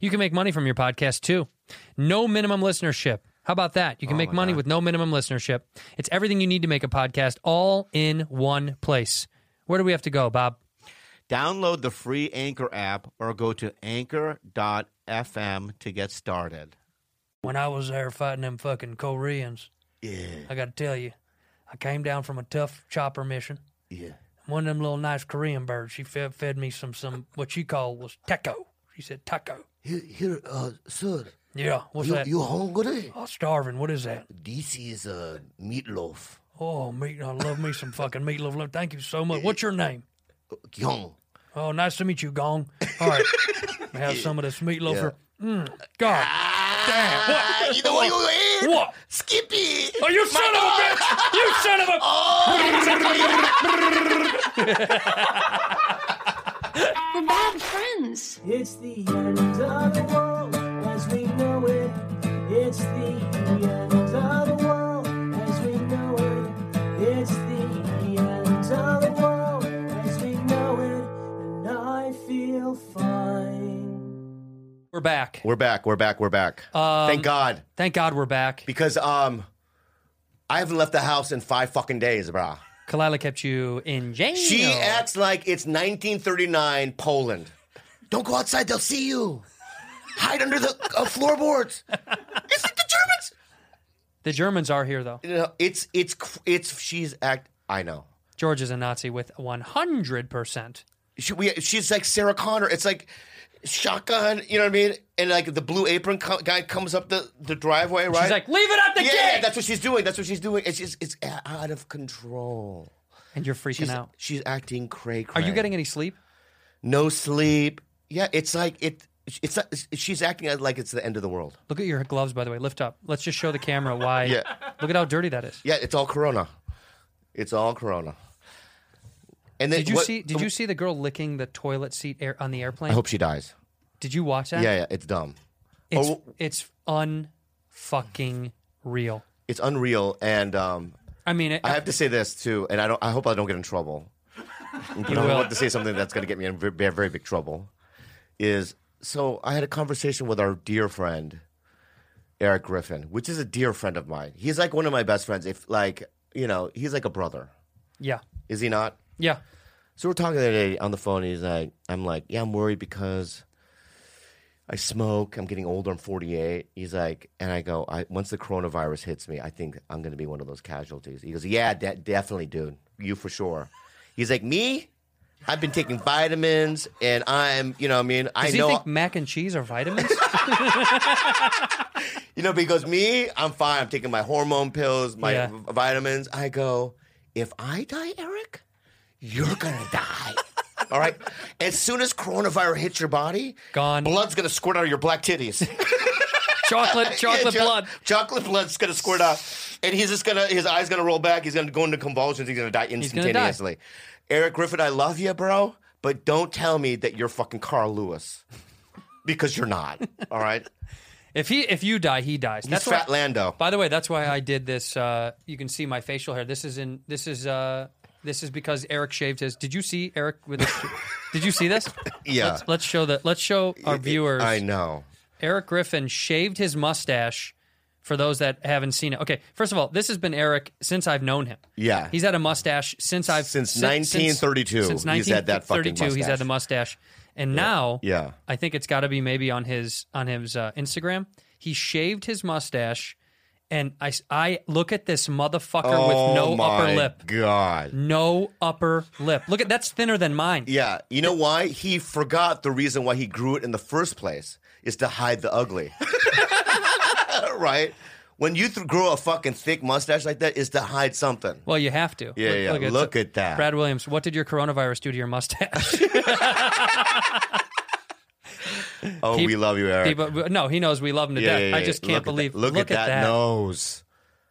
You can make money from your podcast too. No minimum listenership. How about that? Oh You can make money with no minimum listenership. It's everything you need to make a podcast all in one place. Where do we have to go, Bob? Download the free Anchor app or go to anchor.fm to get started. When I was there fighting them fucking Koreans, yeah. I got to tell you, I came down from a tough chopper mission. Yeah. One of them little nice Korean birds, she fed, fed me some, some what she called was taco. She said taco. Here, here, uh, sir, Yeah, what's you, that? you hungry? Oh, starving. What is that? This is uh, meatloaf. Oh, meat. I love me some fucking meatloaf. Look, Thank you so much. What's your name? Kyung. Oh, nice to meet you, Gong. All right. Have some of this meatloaf. here. Mm, God damn. What? You know what you eat? What? Skippy! Oh, you son of a bitch! You son of a. We're bad friends. It's the end of the world as we know it. It's the end of the world as we know it. It's the end of the world as we know it. And I feel fine. We're back. We're back. We're back. We're back. Um, Thank God. Thank God we're back. Because um I haven't left the house in five fucking days, brah. Kalila kept you in jail. She acts like it's 1939 Poland. Don't go outside, they'll see you. Hide under the uh, floorboards. It's like the Germans. The Germans are here, though. You know, it's it's cr- it's she's act. I know. George is a Nazi with 100%. She, we, she's like Sarah Connor. It's like shotgun. You know what I mean? And like the blue apron co- guy comes up the, the driveway, right? She's like, leave it at the yeah, gate! yeah, that's what she's doing. That's what she's doing. It's just, it's a- out of control. and you're freaking She's, out. she's acting cray Are cray. you getting any sleep? no sleep? Yeah, it's like it. It's not- she's acting like it's the end of the world. Look at your gloves, by the way. Lift up. Let's just show the camera why. Yeah. Look at how dirty that is. Yeah, it's all Corona. It's all Corona. And then Did you what- see? Did you see the girl licking the toilet seat air on the airplane? I hope she dies. Did you watch that? Yeah, yeah, it's dumb. It's Oh. it's unfucking real. It's unreal, and um, I mean, it, I have to say this too, and I don't. I hope I don't get in trouble. But I will. want to say something that's going to get me in very, very big trouble. Is so I had a conversation with our dear friend Eric Griffin, which is a dear friend of mine. He's like one of my best friends. If like you know, he's like a brother. yeah, Is he not? yeah. So we're talking the other day on the phone. And he's like, I'm like, yeah, I'm worried because I smoke. I'm getting older. I'm 48. He's like, and I go, I, once the coronavirus hits me, I think I'm going to be one of those casualties. He goes, yeah, de- definitely, dude. You for sure. He's like, me? I've been taking vitamins and I'm, you know, what I mean, I Does know, he think mac and cheese are vitamins? you know, because me, I'm fine. I'm taking my hormone pills, my Yeah. v- vitamins. I go, if I die, Eric, you're gonna die. All right. As soon as coronavirus hits your body, Gone. blood's gonna squirt out of your black titties. chocolate, chocolate Yeah, cho- blood. Chocolate blood's gonna squirt out, and he's just gonna his eyes gonna roll back. He's gonna go into convulsions. He's gonna die gonna die. instantaneously. Eric Griffin, I love you, bro, but don't tell me that you're fucking Carl Lewis because you're not. All right. If he, if you die, he dies. He's That's Fat why, Lando. By the way, that's why I did this. Uh, you can see my facial hair. This is in. This is. Uh, this is because Eric shaved his. Did you see Eric with? His, did you see this? Yeah. Let's, let's show that. Let's show our viewers. I know. Eric Griffin shaved his mustache. For those that haven't seen it, okay. First of all, this has been Eric since I've known him. Yeah. he's had a mustache since I've Since sin- since- 1932, Since he's had that fucking 1932, he's had mustache. the mustache, And now, Yeah. I think it's got to be maybe on his on his uh, Instagram. He shaved his mustache, and I s- I look at this motherfucker with Oh no upper lip, Oh God. no upper lip. Look at that's thinner than mine. Yeah. You know why? He forgot the reason why he grew it in the first place is to hide the ugly. right? When you th- grow a fucking thick mustache like that, is to hide something. Well, you have to. Yeah, yeah. Look at that. Brad Williams. What did your coronavirus do to your mustache? oh, keep- we love you, Eric. He- but- no, he knows we love him to Yeah, death. yeah, I yeah. just Look can't at that- believe. Look, at that, nose.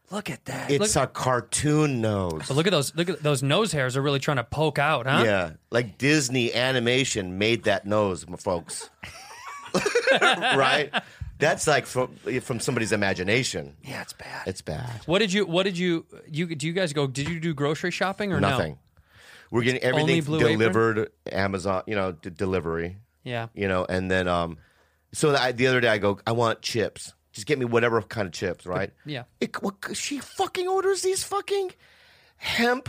Look at that. It's look, a cartoon nose. look at those. Look at those nose hairs are really trying to poke out, huh? Yeah, like Disney animation made that nose, m- folks. right? That's like from from somebody's imagination. Yeah, it's bad. It's bad. What did you? What did you? You? Do you guys go? Did you do grocery shopping or Nothing. No? We're getting only everything Blue delivered Amazon, you know, d- delivery, Yeah. you know, and then um so the, the other day I go I want chips. Just get me whatever kind of chips, right? Yeah. It, what, she fucking orders these fucking hemp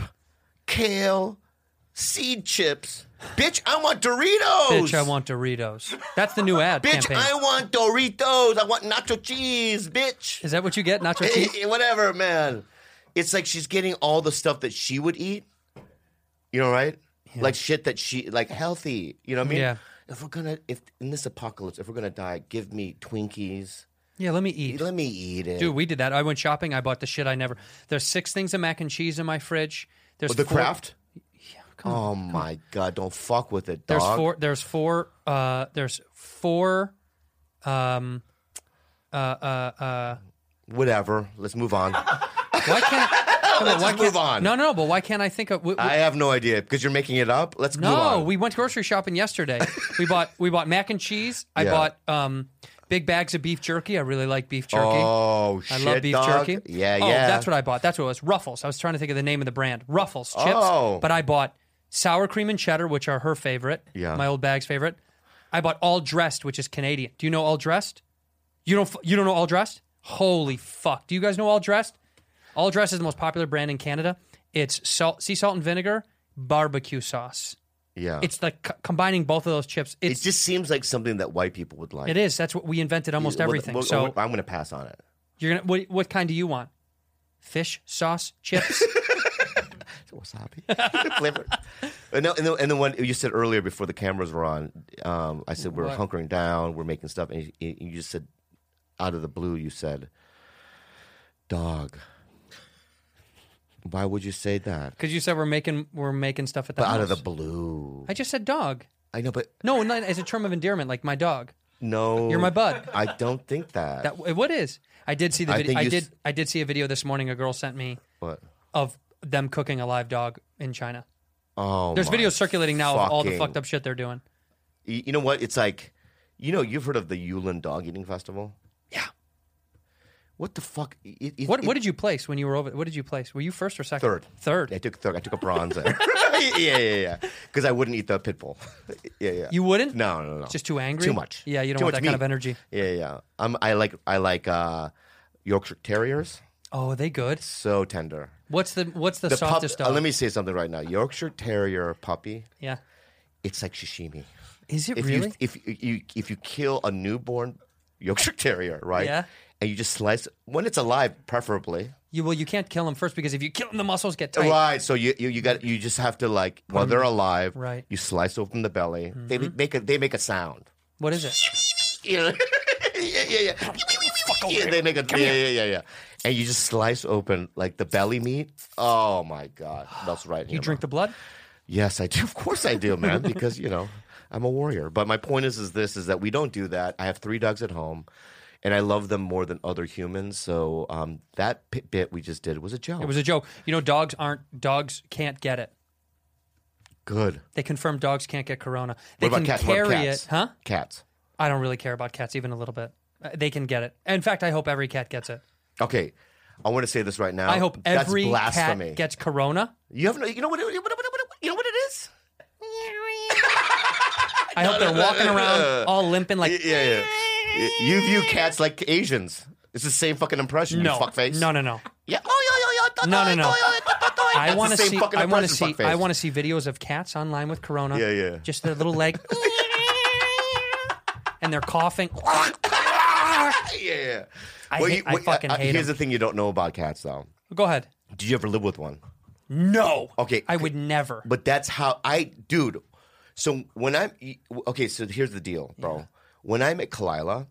kale seed chips. Bitch, I want Doritos. Bitch, I want Doritos. That's the new ad Bitch, campaign. I want Doritos. I want nacho cheese, bitch. Is that what you get? Nacho cheese. Whatever, man. It's like she's getting all the stuff that she would eat. You know, right? Like shit that she like healthy. You know what I mean? Yeah. If we're gonna if in this apocalypse, if we're gonna die, give me Twinkies. Yeah, let me eat. Let me eat it. Dude, we did that. I went shopping. I bought the shit I never. There's six things of mac and cheese in my fridge. There's Oh, the four- craft? oh my god, don't fuck with it, dog. There's four. There's four. Uh, there's four. Um, Whatever. Let's move on. why can't? come on, why just can't- move on. No, no, but why can't I think of? We, we- I have no idea because you're making it up. Let's move no, on. we went grocery shopping yesterday. we bought we bought mac and cheese. I Yeah. bought um big bags of beef jerky. I really like beef jerky. Oh shit, I love beef dog. jerky. Yeah, yeah. Oh, that's what I bought. That's what it was. Ruffles. I was trying to think of the name of the brand. Ruffles chips. Oh. But I bought sour cream and cheddar, which are her favorite. Yeah. My old bag's favorite. I bought all dressed, which is Canadian. Do you know all dressed? You don't. f- You don't know all dressed? Holy fuck! Do you guys know all dressed? All dressed is the most popular brand in Canada. It's salt, sea salt and vinegar, barbecue sauce. Yeah. It's like c- combining both of those chips. it It's just seems like something that white people would like. it is. That's what we invented almost Well, everything. well, oh, so well, I'm going to pass on it. you're gonna. What, what kind do you want? Fish sauce chips. Wasabi flavored. And, no, and, the, and the one you said earlier before the cameras were on, um, I said we're What? hunkering down, we're making stuff, and you, you just said out of the blue, you said, "Dog, why would you say that?" Because you said we're making we're making stuff at the But out of the house. blue, I just said dog. I know, but No, not as a term of endearment, like my dog. no, You're my bud. I don't think that. That what is? I did see the I video. think I, you did s- I did see a video this morning. A girl sent me What? of them cooking a live dog in China. Oh, There's my videos circulating now of all the fucking- fucked up shit they're doing. Y- you know what? It's like, you know, you've heard of the Yulin Dog Eating Festival. Yeah. What the fuck? It, it- What it- what did you place when you were over? What did you place? Were you first or second? Third. Third. I took third. I took a bronze. there. yeah, yeah, yeah. Because I wouldn't eat the pit bull. yeah, yeah. You wouldn't? No, no, no. Just too angry. Too much. Yeah, you don't Too want much that kind meat. of energy. Yeah, yeah. I'm, I like I like uh, Yorkshire Terriers. Oh, are they good? So tender. What's the what's the, pup- softest uh, dog? let me say something right now. Yorkshire Terrier puppy. yeah. It's like sashimi. Is it If really? you if you if you kill a newborn Yorkshire Terrier, right? Yeah. And you just slice when it's alive, preferably. You well, you can't kill him first because if you kill him, the muscles get tight. Right. So you you, you got you just have to like while they're alive. Right. Mm-hmm. You slice open the belly. They make a they make a sound. What is it? You know? yeah, yeah, yeah. yeah they make a yeah, yeah, yeah, yeah. And you just slice open like the belly meat. Oh my god, that's right. You drink the blood? Yes, I do. Of course, I do, man. Because you know, I'm a warrior. But my point is, is this: is that we don't do that. I have three dogs at home, and I love them more than other humans. So um, that pit bit we just did was a joke. It was a joke. You know, dogs aren't dogs can't get it. good. They confirm dogs can't get corona. They What can about cats? carry what about cats? it, huh? Cats. I don't really care about cats even a little bit. Uh, They can get it. In fact, I hope every cat gets it. Okay, I want to say this right now. I hope Oh, That's every blasphemy. cat gets corona. you have no. You know what? it- You know what, it- you know what it is? I hope they're walking around all limping like Yeah, yeah. Y- You view cats like Asians. It's the same fucking impression. no, You fuckface. no, no, no. Yeah. Oh, yo, yo, yo. No, no, no. I That's want the to same see. fucking I want to impression, see. fuckface. I want to see videos of cats online with corona. Yeah, yeah. Just their little leg. and they're coughing. yeah. uh, I hate- I fucking hate Here's 'em. the thing you don't know about cats, though. Go ahead. Did you ever live with one? No. Okay, I c- would never. Oh, But that's how I, dude. So when I'm okay, so here's the deal, bro. When I met Kalila,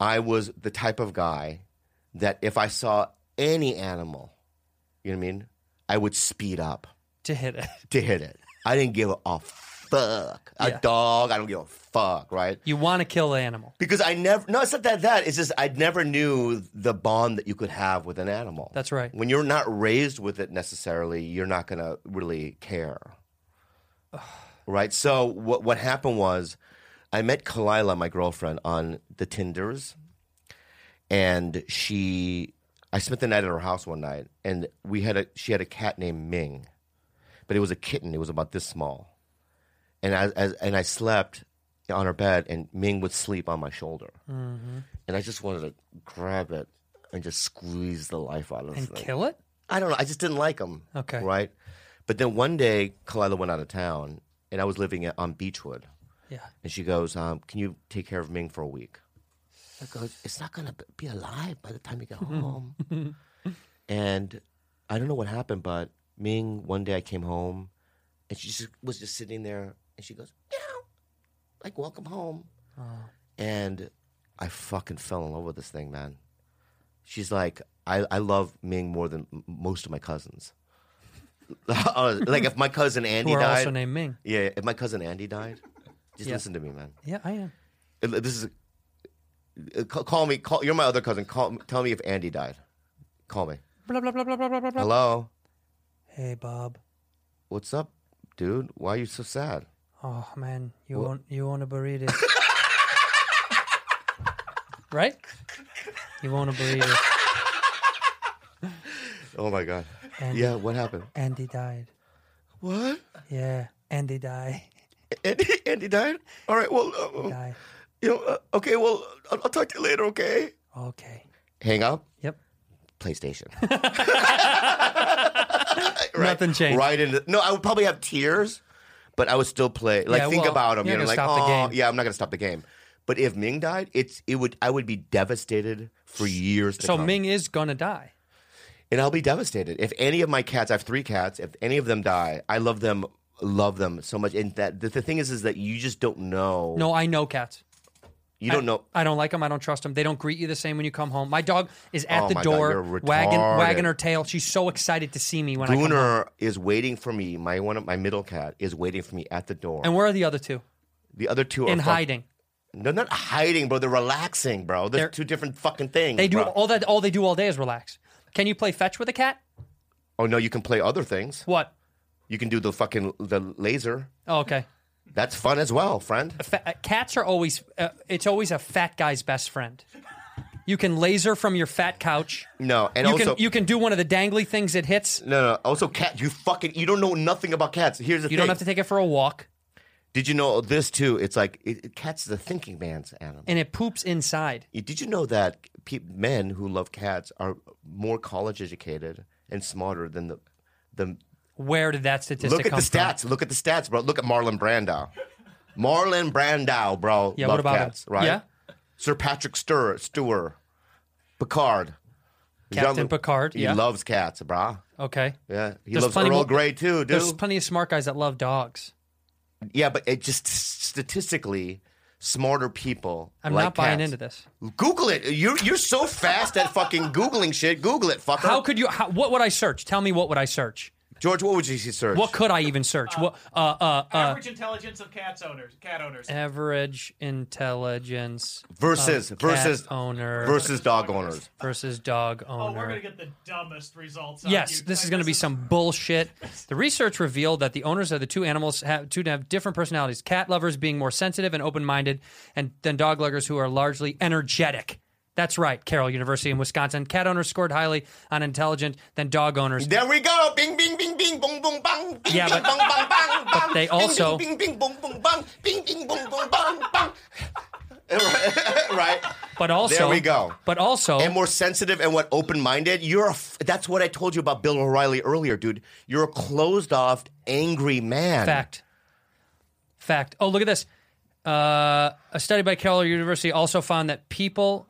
I was the type of guy that if I saw any animal, you know what I mean, I would speed up to hit it. to hit it. I didn't give a fuck. A Yeah. dog, I don't give a fuck, right? You want to kill the animal. Because I never, no, it's not that that. It's just I never knew the bond that you could have with an animal. That's right. When you're not raised with it necessarily, you're not going to really care. right. So what what happened was, I met Kalila, my girlfriend, on the Tinders, and she, I spent the night at her house one night, and we had a she had a cat named Ming, but it was a kitten. It was about this small and I as, and I slept on her bed, and Ming would sleep on my shoulder, Mm-hmm. and I just wanted to grab it and just squeeze the life out of this And thing. kill it? I don't know. I just didn't like him. Okay. right. But then one day, Kalila went out of town, and I was living at, on Beechwood, Yeah. and she goes, um, "Can you take care of Ming for a week?" I go, "It's not gonna b- be alive by the time you get home." and I don't know what happened, but Ming. One day I came home, and she just, was just sitting there, and she goes, "Meow," like "Welcome home." Oh. And I fucking fell in love with this thing, man. She's like, I, I love Ming more than m- most of my cousins. like if my cousin Who Andy are died, also named Ming. yeah, if my cousin Andy died, just Yeah. listen to me, man. Yeah, I am. Uh, This is uh, ca- call me. Call you're my other cousin. Call tell me if Andy died. Call me. Blah, blah, blah, blah, blah, blah, blah, blah. Hello, Hey, Bob. what's up, dude? Why are you so sad? Oh, man. You, want, you want a burrito. right? You want a burrito. Oh my god. Andy. Yeah, what happened? Andy died. What? Yeah, Andy died. Andy, Andy died. All right. Well, uh, uh, Died. you know. Uh, okay. Well, I'll, I'll talk to you later. Okay. Okay. Hang up. Yep. PlayStation. Nothing changed. Right into no, I would probably have tears, but I would still play. Like Yeah, think well, about him. you're You know, not like gonna stop the oh game." yeah, I'm not gonna stop the game. But if Ming died, it's it would I would be devastated for years. To So come. Ming is gonna die. and I'll be devastated if any of my cats. I have three cats. If any of them die, I love them, love them so much. And that the, the thing is, is that you just don't know. No, I know cats. you don't know. I don't like them. I don't trust them. They don't greet you the same when you come home. My dog is at Oh the my God, door, you're wagging wagging retarded. her tail. She's so excited to see me when I come home. Gooner is waiting for me. My one, of my middle cat is waiting for me at the door. And where are the other two? the other two are In fuck- hiding. No, not hiding, bro. They're relaxing, bro. They're, They're- two different fucking things. They do bro. all that. All they do all day is relax. Can you play fetch with a cat? Oh no, you can play other things. What? You can do the fucking the laser. Oh, okay. That's fun as well, friend. Fa- uh, cats are always. Uh, it's always a fat guy's best friend. You can laser from your fat couch. No, and you also can you can do one of the dangly things it hits. no, no. Also, cat. You fucking you don't know nothing about cats. Here's the You thing. don't have to take it for a walk, Did Did you know this too? It's like it, it- cats is a thinking man's animal. and it poops inside. Did you know that pe- men who love cats are more college educated and smarter than the the Where did that statistic Look at come the stats. Look at the stats, bro. Look at Marlon Brando. Marlon Brando, bro. Yeah, Love what about him? cats, right? Yeah. Sir Patrick Stur Stewart. Picard. from? Captain Picard. He Yeah. loves cats, bro. okay. Yeah. He There's loves plenty Earl more- Grey too, There's dude. plenty of smart guys that love dogs. yeah, but it just statistically smarter people. I'm like not buying cats. into this. Google it. You're you're so fast at fucking googling shit. Google it, fucker. How could you? How, what would I search? Tell me what would I search? George? What would you search? What could I even search? What uh, uh, uh, Average intelligence of cats owners. Cat owners. average intelligence versus of cat versus owner versus dog owners? versus dog Oh, we're owner. gonna get the dumbest results. out of Yes, Uh, you. this Like, is going to be some bullshit. The research revealed that the owners of the two animals have two have different personalities. Cat lovers being more sensitive and open-minded, and than dog lovers who are largely energetic. That's right, Carroll University in Wisconsin. Cat owners scored highly on intelligent than dog owners. There we go. Bing, bing, bing, bing, boom, boom, bang. Bing, Yeah, bing, but- bong, bong, bong, bong. they Bing, also- Bing, bing, bing, boom, boom, bang. Bing, bing, boom, boom, bang, bang. right. But also, There we go. But also, And more sensitive and what open minded. You're a f- that's what I told you about Bill O'Reilly earlier, dude. You're a closed off, angry man. fact, fact. Oh, look at this. Uh, a study by Keller University also found that people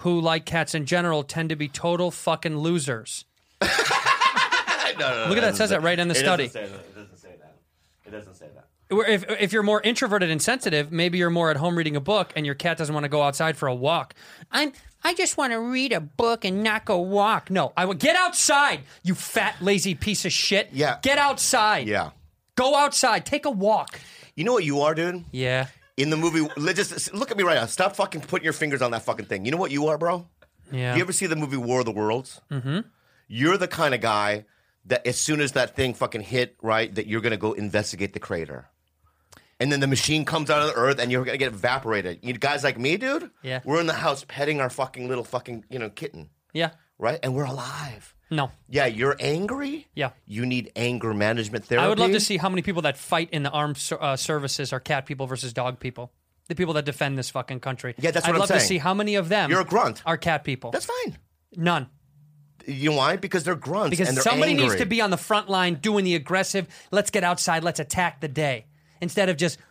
who like cats in general tend to be total fucking losers. Look at that. It says that right in the study. It doesn't say that. It doesn't say that. Where If, if you're more introverted and sensitive, maybe you're more at home reading a book and your cat doesn't want to go outside for a walk. I'm I just want to read a book and not go walk. No, I will get outside, you fat lazy piece of shit. Yeah. Get outside. Yeah. Go outside. Take a walk. You know what you are, dude? Yeah. In the movie, let- just look at me right now. Stop fucking putting your fingers on that fucking thing. You know what you are, bro? Yeah. You ever see the movie War of the Worlds? Mm-hmm. You're the kind of guy that as soon as that thing fucking hit, right, that you're gonna go investigate the crater. And then the machine comes out of the earth and you're gonna get evaporated. You guys like me, dude? Yeah. We're in the house petting our fucking little fucking, you know, kitten, yeah. right? And we're alive. No. Yeah, you're angry. Yeah. You need anger management therapy. I would love to see how many people that fight in the armed ser- uh, services are cat people versus dog people. The people that defend this fucking country. Yeah, that's what I'd I'm love to saying. see how many of them. You're a grunt. Are cat people? That's fine. None. You know why? Because they're grunts. Because and they're somebody needs angry. to be on the front line doing the aggressive. Let's get outside. Let's attack the day instead of just.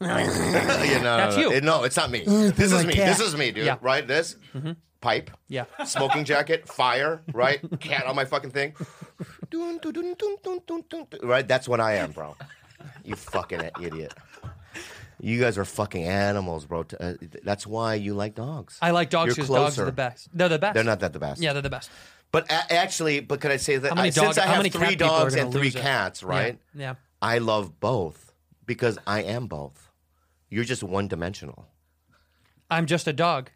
Yeah, no, That's no, no. you. No, it's not me. This is my me. cat. This is me, dude. Yeah. Right? This pipe. Mm-hmm. Yeah. Smoking jacket, fire, right? Cat on my fucking thing. Dun, dun, dun, dun, dun, dun, dun, dun. Right? That's what I am, bro. You fucking idiot. You guys are fucking animals, bro. T- uh, That's why you like dogs. I like dogs You're because closer. dogs are the best. They're the best. They're not that the best. Yeah, they're the best. But a- actually, but could I say that How many I, since dog- I how have many cat three people are dogs gonna and three lose it? cats, right? Yeah. I love both because I am both. You're just one dimensional. I'm just a dog.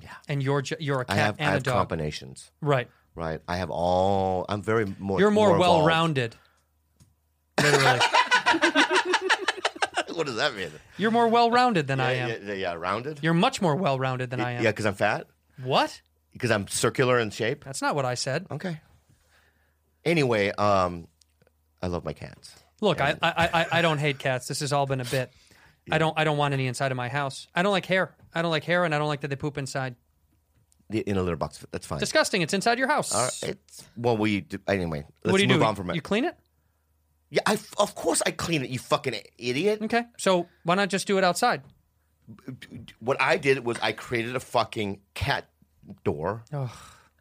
Yeah. And you're ju- you're a cat I have, I and a have dog. combinations, Right. right? I have all. I'm very more. You're more, evolved. well-rounded. Literally. What does that mean? you're more well-rounded than I am. Yeah, yeah, yeah, rounded. You're much more well-rounded than I am. Yeah, because I'm fat. What? Because I'm circular in shape. That's not what I said. Okay. Anyway, um, I love my cats. Look, I, I, I, I don't hate cats. This has all been a bit. I don't I don't want any inside of my house. I don't like hair. I don't like hair, and I don't like that they poop inside. The- In a litter box, that's fine. Disgusting. It's inside your house. All right, it's, well, we do, anyway. Let's what do you move do? on from it. You clean it? yeah, I, of course I clean it. You fucking idiot. Okay. So why not just do it outside? what I did was I created a fucking cat door,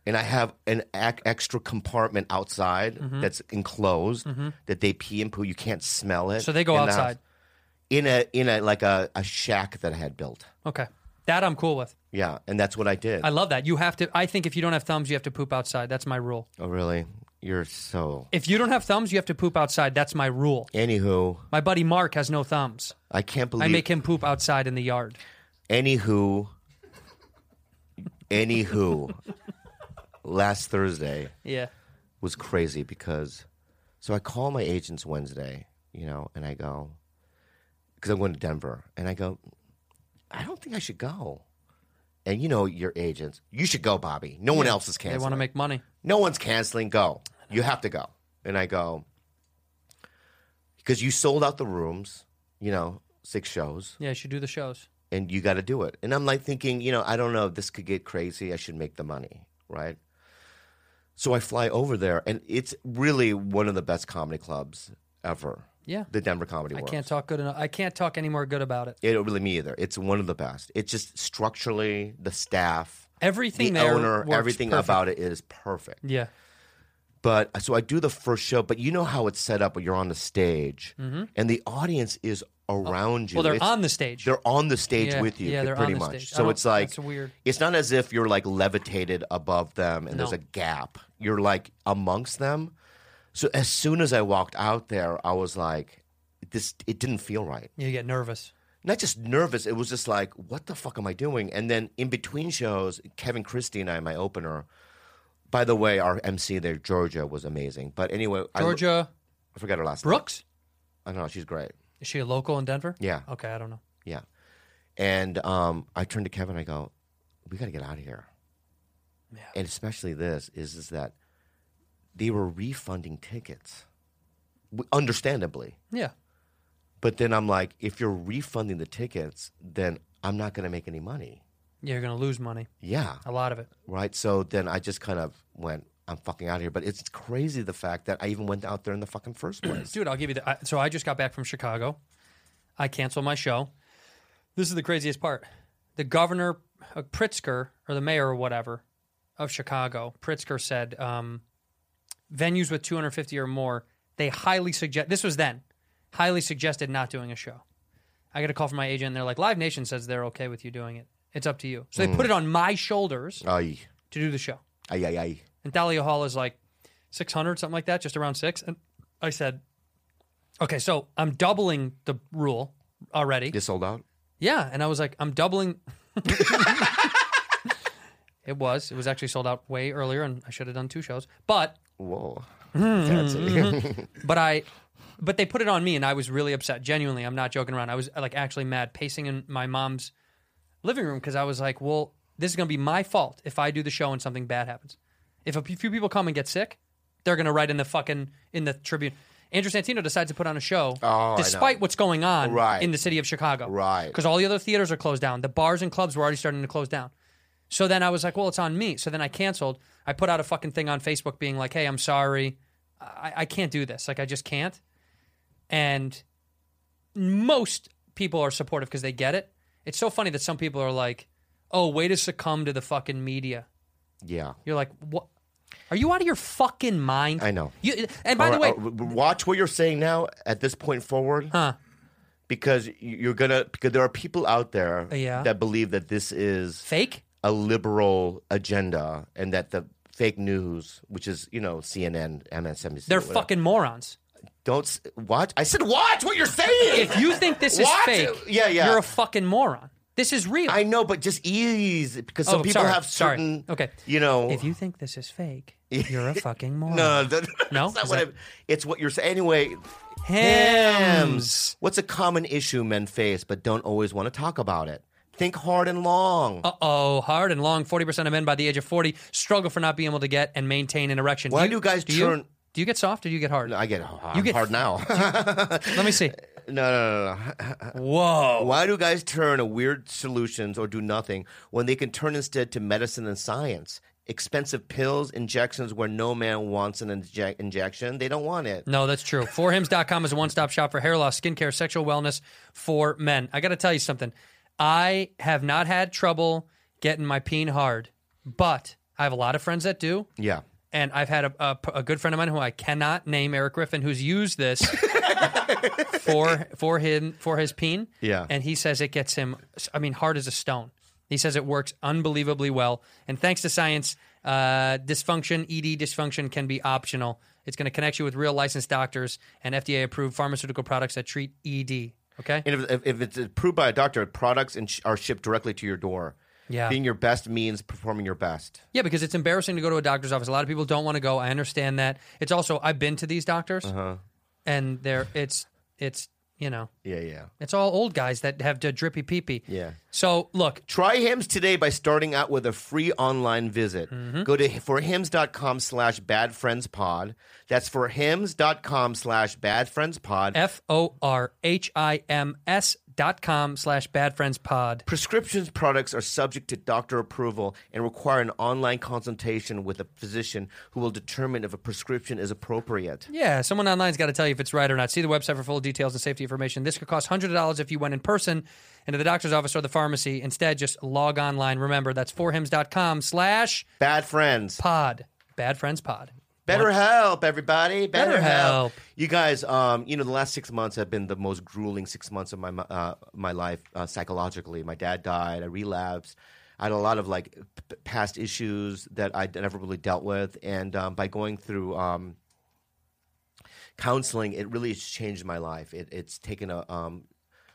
and I have an ac- extra compartment outside Mm-hmm. that's enclosed that they pee and poo. You can't smell it. So they go in the house. outside. in a in a like a, a shack that I had built. Okay. That I'm cool with. Yeah, and that's what I did. I love that. You have to I think if you don't have thumbs, you have to poop outside. That's my rule. oh, really? You're so. If you don't have thumbs, you have to poop outside. That's my rule. Anywho, My buddy Mark has no thumbs. I can't believe. I make him poop outside in the yard. Anywho, anywho, last Thursday. Yeah. was crazy because so I call my agents Wednesday, you know, and I go because I'm going to Denver, and I go, I don't think I should go. And you know your agents, you should go, Bobby. No one else is They canceling. want to make money. no one's canceling. Go. You have to go. And I go because you sold out the rooms, you know, six shows, Yeah, you should do the shows. and you got to do it. And I'm like thinking, you know, I don't know, this could get crazy. I should make the money, right? So I fly over there, and it's really one of the best comedy clubs ever. Yeah. the Denver Comedy. I Works. can't talk good enough. I can't talk any more good about it. It really me either. It's one of the best. It's just structurally the staff, Everything the there owner, works everything perfect. about it is perfect. Yeah. But uh, so I do the first show, but you know how it's set up when you're on the stage, and the audience is around Mm-hmm. you. Well, they're It's- on the stage. they're on the stage Yeah, with you yeah, they're pretty on the much. stage. I So don't- it's like that's weird. It's not as if you're like levitated above them and there's No. a gap. You're like amongst them. So as soon as I walked out there, I was like, this it didn't feel right. you get nervous. Not just nervous, it was just like, what the fuck am I doing? And then in between shows, Kevin Christie and I, my opener, by the way, our MC there, Georgia, was amazing. But anyway, I- Georgia I, forgot her last Brooks? name. I don't know, she's great. Is she a local in Denver? Yeah. Okay, I don't know. Yeah. And um, I turned to Kevin. I go, "We got to get out of here." And especially this is is that they were refunding tickets, w- understandably. Yeah. But then I'm like, if you're refunding the tickets, then I'm not going to make any money. You're going to lose money. Yeah, A lot of it. right. So then I just kind of went. I'm fucking out of here. But it's crazy the fact that I even went out there in the fucking first place. Dude, I'll give you the. I, so I just got back from Chicago. I canceled my show. This is the craziest part. The governor uh, Pritzker, or the mayor, or whatever, of Chicago, Pritzker said, um, venues with 250 or more, they highly suggest. This was then, highly suggested not doing a show. I got a call from my agent. and They're like, Live Nation says they're okay with you doing it. It's up to you. So they put it on my shoulders Ay, to do the show. ay, ay, ay. And Thalia Hall is like 600, something like that, just around six. And I said, okay, so I'm doubling the rule already. You sold out? Yeah. And I was like, I'm doubling. it was. It was actually sold out way earlier, and I should have done two shows. But Whoa. Fancy. but I but they put it on me and I was really upset genuinely I'm not joking around I was like actually mad pacing in my mom's living room cuz I was like well this is going to be my fault if I do the show and something bad happens if a p- few people come and get sick they're going to write in the fucking in the tribune Andrew Santino decides to put on a show Oh, I know. despite what's going on Right. in the city of Chicago Right. cuz all the other theaters are closed down the bars and clubs were already starting to close down so then I was like, well, it's on me. So then I canceled. I put out a fucking thing on Facebook being like, hey, I'm sorry. I, I can't do this. Like, I just can't. And most people are supportive because they get it. It's so funny that some people are like, oh, way to succumb to the fucking media. yeah. You're like, what? Are you out of your fucking mind? I know. You, and by the All way, right, uh, w- watch what you're saying now at this point forward. Huh. Because you- you're gonna because there are people out there Uh, Yeah. that believe that this is fake? a liberal agenda and that the fake news, which is you know CNN, MSNBC, They're whatever. fucking morons. don't s- watch. I said watch what you're saying. If you think this is What? fake, Yeah, yeah. you're a fucking moron. This is real. I know, but just ease it, because some Oh, people sorry, have sorry. certain Okay. you know If you think this is fake, you're a fucking moron. no that, No? that's not Is what that- I- it's what you're saying anyway. Hams. What's a common issue men face but don't always want to talk about it? Think hard and long. Uh oh, hard and long. Forty percent of men by the age of forty struggle for not being able to get and maintain an erection. Why do guys do you- turn- do you get soft or do you get hard? I get hard, You get- hard now. Let me see. no, no, no, no. Whoa. Why do guys turn to weird solutions or do nothing when they can turn instead to medicine and science? Expensive pills, injections where no man wants an inject- injection. They don't want it. No, that's true. Forhims.com is a one stop shop for hair loss, skincare, sexual wellness for men. I got to tell you something. I have not had trouble getting my peen hard, but I have a lot of friends that do. Yeah. and I've had a, a, a good friend of mine who I cannot name, Eric Griffin, who's used this for for him for his peen. Yeah. and he says it gets him. I mean, hard as a stone. He says it works unbelievably well, and thanks to science, uh, dysfunction, ED dysfunction, can be optional. It's going to connect you with real licensed doctors and FDA-approved pharmaceutical products that treat ED. Okay, And if, if, if it's approved by a doctor, products and sh- are shipped directly to your door. Yeah. Being your best means performing your best. Yeah, because it's embarrassing to go to a doctor's office. A lot of people don't want to go. I understand that. It's also I've been to these doctors, and they're it's it's you know Yeah, yeah. it's all old guys that have the drippy pee pee. Yeah. So look, Try Hims today by starting out with a free online visit. Go to forhims.com slash badfriendspod. That's forhims.com slash badfriendspod. f o r h i m s dot com slash bad friends pod. Prescriptions products are subject to doctor approval and require an online consultation with a physician who will determine if a prescription is appropriate. Yeah, someone online's got to tell you if it's right or not. See the website for full details and safety information. This could cost hundred dollars if you went in person into the doctor's office or the pharmacy. Instead, just log online. Remember that's forhims.com slash Bad friends. pod. Bad friends pod. Better help, everybody. Better, Better help. help. You guys, um, you know, the last six months have been the most grueling six months of my uh, my life uh, psychologically. My dad died. I relapsed. I had a lot of like p- past issues that I never really dealt with, and um, by going through um, counseling, it really has changed my life. It, it's taken a um,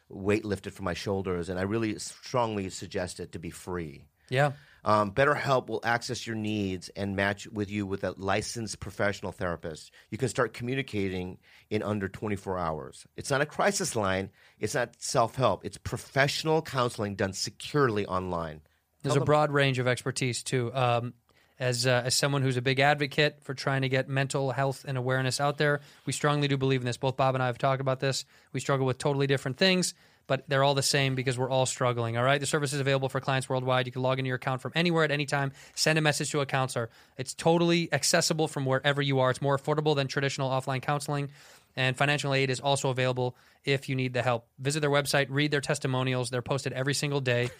weight lifted from my shoulders, and I really strongly suggest it to be free. Yeah. Um, BetterHelp will access your needs and match with you with a licensed professional therapist. You can start communicating in under 24 hours. It's not a crisis line, it's not self help, it's professional counseling done securely online. There's a broad range of expertise too. Um, as uh, as someone who's a big advocate for trying to get mental health and awareness out there, we strongly do believe in this. Both Bob and I have talked about this. We struggle with totally different things. but they're all the same because we're all struggling. All right. The service is available for clients worldwide. You can log into your account from anywhere at any time, send a message to a counselor. It's totally accessible from wherever you are. It's more affordable than traditional offline counseling. And financial aid is also available if you need the help. Visit their website, read their testimonials. They're posted every single day.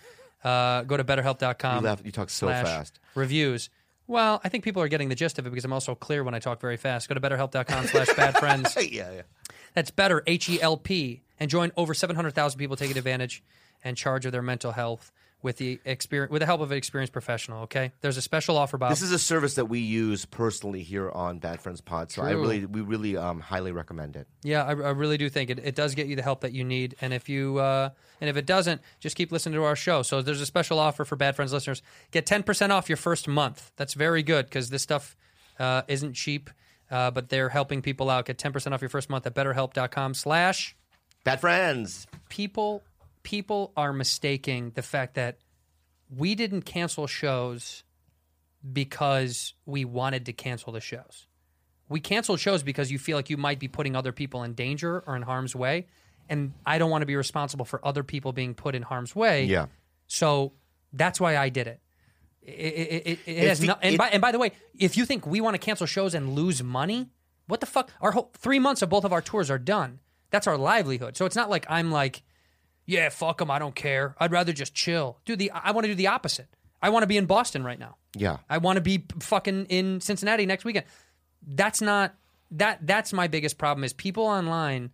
Uh, go to betterhelp.com. You laugh- you talk so slash fast. Reviews. Well, I think people are getting the gist of it because I'm also clear when I talk very fast. Go to betterhelp.com slash bad friends. yeah, yeah. That's better, H E L P, and join over 700,000 people taking advantage and charge of their mental health with the experience, with the help of an experienced professional. Okay, there's a special offer, Bob. This is a service that we use personally here on Bad Friends Pod, so I True. really, we really um, highly recommend it. yeah, I, I really do think it, it does get you the help that you need, and if you uh, and if it doesn't, just keep listening to our show. So there's a special offer for Bad Friends listeners: get 10% off your first month. That's very good because this stuff uh, isn't cheap, uh, but they're helping people out. Get 10% off your first month at BetterHelp.com/slash. Bad Friends. people people are mistaking the fact that we didn't cancel shows because we wanted to cancel the shows. We canceled shows because you feel like you might be putting other people in danger or in harm's way, and I don't want to be responsible for other people being put in harm's way. Yeah. So that's why I did it. It, it, it, it It has fe- no, and, it- by, and by the way, if you think we want to cancel shows and lose money, what the fuck? Our whole, three months of both of our tours are done. That's our livelihood. So it's not like I'm like, yeah, fuck them. I don't care. I'd rather just chill. Dude, the, I want to do the opposite. I want to be in Boston right now. Yeah. I want to be p- fucking in Cincinnati next weekend. That's not that. That's my biggest problem is people online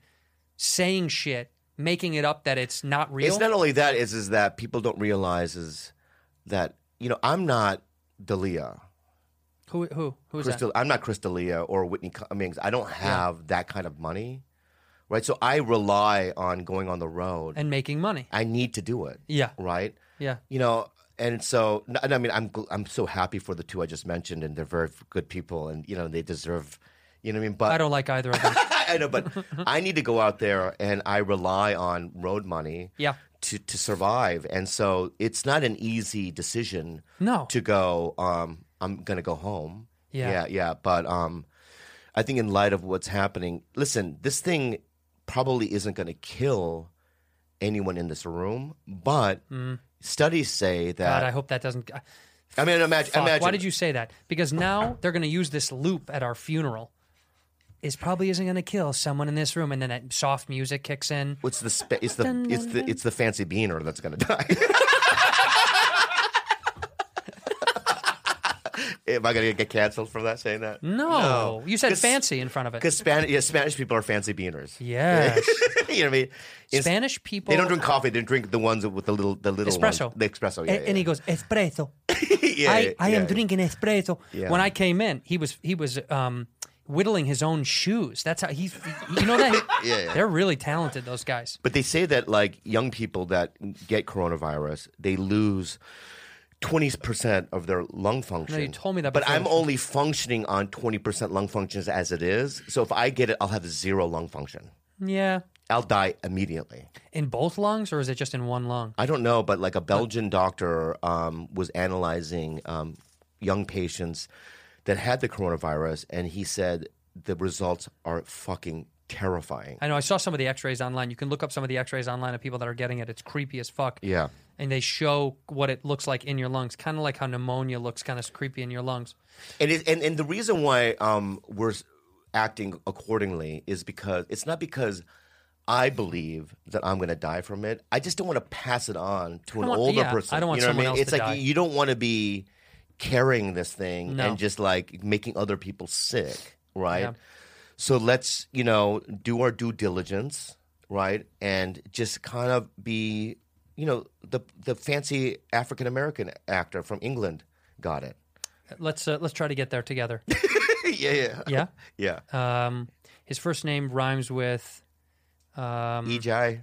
saying shit, making it up that it's not real. It's not only that; is is that people don't realize is that you know I'm not Dalia. who who who's that? Crystal, I'm not Chris D'Elia or Whitney Cummings. I don't have that kind of money, right? So I rely on going on the road. And making money. I need to do it, Yeah. right? Yeah. You know, and so n- and I mean, I'm gl- I'm so happy for the two I just mentioned, and they're very good people, and you know, they deserve, you know, what I mean. But I don't like either of them. I know, but I need to go out there and I rely on road money Yeah. to, to survive. And so it's not an easy decision No. to go, um, I'm going to go home. Yeah. Yeah. yeah. But um, I think in light of what's happening, listen, this thing probably isn't going to kill anyone in this room, but studies say that. Mm, God, I hope that doesn't. I- I, mean, imagine. Fuck, imagine Why did you say that? Because now they're going to use this loop at our funeral. Is probably isn't going to kill someone in this room, and then that soft music kicks in. What's the spa it's the it's the it's the fancy beaner that's gonna die. Am I gonna get canceled for that saying that? Hmm? No, you said 'Cause- fancy in front of it. Because Spanish, yeah, Spanish people are fancy beaners. Yes, you know what I mean. It's- Spanish people. They don't drink coffee. They drink the ones with the little the little ones. Espresso. the espresso. A- Yeah, and, he goes espresso. goes, I, I am drinking espresso. Yeah. When I came in, he was he was um, whittling his own shoes. That's how he's. You know that Yeah, yeah. they're really talented. Those guys. But they say that like young people that get coronavirus, they lose twenty percent of their lung function. told me that But before. I'm only functioning on twenty percent lung functions as it is. So if I get it, I'll have zero lung function. Yeah, I'll die immediately. in both lungs, or is it just in one lung? I don't know, but like a Belgian doctor um, was analyzing um, young patients that had the coronavirus, and he said the results are fucking terrifying. I know I saw some of the X-rays online. You can look up some of the X-rays online of people that are getting it. It's creepy as fuck. Yeah. and they show what it looks like in your lungs, kind of like how pneumonia looks kind of creepy in your lungs. And it, and and the reason why um, we're s- acting accordingly is because it's not because I believe that I'm going to die from it. I just don't want to pass it on to an want- older yeah, person. I don't want you know what someone I mean? else It's to like die. you don't want to be carrying this thing No. and just like making other people sick, right? Yeah. So let's you know do our due diligence, right, and just kind of be you know the the fancy African American actor from England got it. Let's uh, let's try to get there together. yeah, yeah, Yeah. yeah. Um, his first name rhymes with um, Ejai E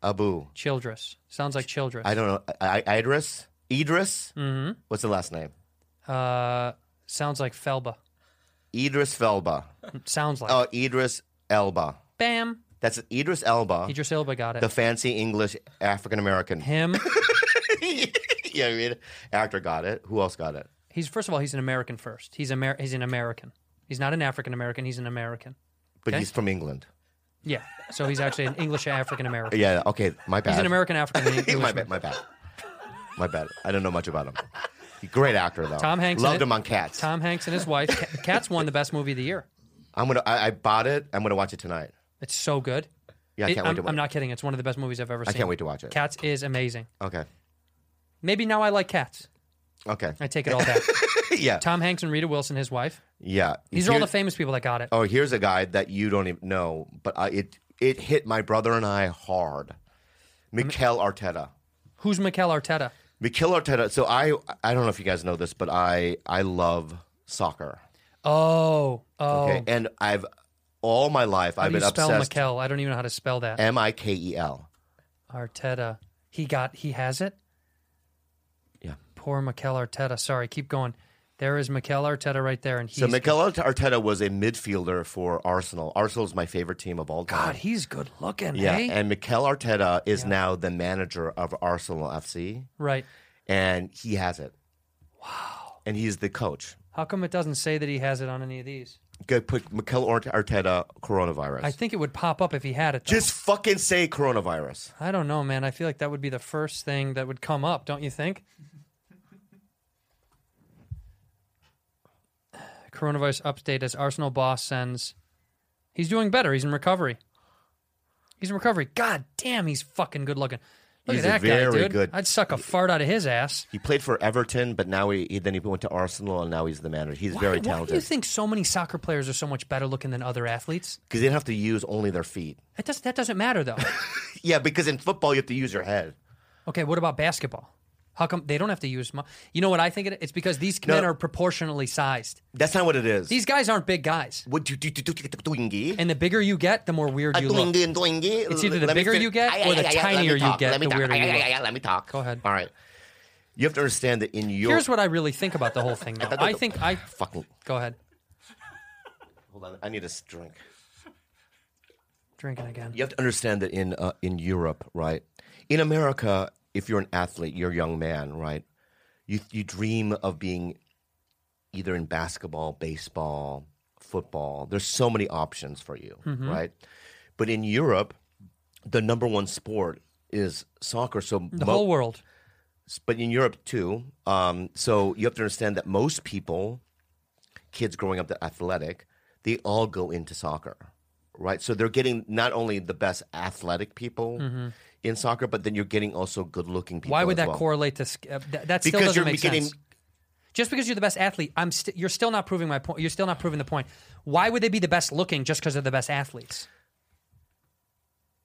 Abu. Childress. Sounds like Childress. I don't know. I, I, Idris? Idris? Mhm. What's the last name? Uh, sounds like Felba. Idris Felba. Sounds like. Oh, Idris Elba. Bam. Bam. That's Idris Elba, Idris Elba got it. the fancy English African American. Him. yeah, I mean, actor got it. Who else got it? He's first of all, he's an American first. He's Amer- He's an American. He's not an African American. He's an American. But Okay. he's from England. Yeah. So he's actually an English African American. Yeah. Okay. My bad. He's an American African my Englishman. bad. My bad. My bad. I don't know much about him. Great actor though. Tom Hanks in Loved it. him on Cats. Tom Hanks and his wife. Ca- Cats won the best movie of the year. I'm gonna. I, I bought it. I'm gonna watch it tonight. It's so good. Yeah, I It- can't wait I'm, to watch I'm it. not kidding. It's one of the best movies I've ever I seen. can't wait to watch it. Cats is amazing. Okay. Maybe now I like cats. Okay. I take it all back. yeah. Tom Hanks and Rita Wilson, his wife. yeah. These are all Here- the famous people that got it. Oh, here's a guy that you don't even know, but I, it it hit my brother and I hard. Mikel Arteta. Who's Mikel Arteta? Mikel Arteta. So I I don't know if you guys know this, but I I love soccer. Oh, oh. Okay. And I've all my life How I've do you been spell obsessed. Mikel? I don't even know how to spell that. M I K E L. Arteta. He got. He has it. Yeah. Poor Mikel Arteta. Sorry. Keep going. There is Mikel Arteta right there, and he's So Mikel Arteta was a midfielder for Arsenal. Arsenal's my favorite team of all time. God. He's good looking. yeah, eh? and Mikel Arteta is now the manager of Arsenal FC, right. and he has it. Wow! And he's the coach. How come it doesn't say that he has it on any of these? Go put Mikel Art- Arteta coronavirus. I think it would pop up if he had it. Though. Just fucking say coronavirus. I don't know, man. I feel like that would be the first thing that would come up, don't you think? Coronavirus update as Arsenal boss sends. He's doing better. He's in recovery. He's in recovery. God damn, he's fucking good looking. Look He's a at that guy, very dude. good- I'd suck a fart out of his ass. He played for Everton, but now he, he then he went to Arsenal, and now he's the manager. He's Why- very Why do you talented think so many soccer players are so much better looking than other athletes? because they have to use only their feet. That, does, that doesn't matter, though. Yeah, because in football you have to use your head. Okay, what about basketball? How come they don't have to use? Mu- you know what I think it, it's because these men are proportionally sized. That's not what it is. These guys aren't big guys, what do you do? do- do- do- do- doingy? and the bigger you get, the more weird you look. Doingy and doingy. It's either the Let me bigger fin- you get Ay, or the ay, ay, ay, let tinier me you talk, get, Let me the talk. weirder Ay, you ay, look. ay, ay, Let me talk. Go ahead. All right. You have to understand that in your Here's what I really think about the whole thing. Though. I think I fucking go ahead hold on. I need a s- drink. drinking again. You have to understand that in uh, in Europe, right? In America, if you're an athlete, you're a young man, right? You you dream of being either in basketball, baseball, football. There's so many options for you, Mm-hmm. right? But in Europe, the number one sport is soccer. So The whole world. but in Europe too. Um, so you have to understand that most people, kids growing up that athletic, they all go into soccer, right? So they're getting not only the best athletic people in soccer, but then you're getting also good-looking people. Mm-hmm. Why would as that well. correlate to sk- uh, that? That still Because doesn't you're make beginning- sense. Just because you're the best athlete, I'm st- you're still not proving my point. You're still not proving the point. Why would they be the best looking just because they're the best athletes?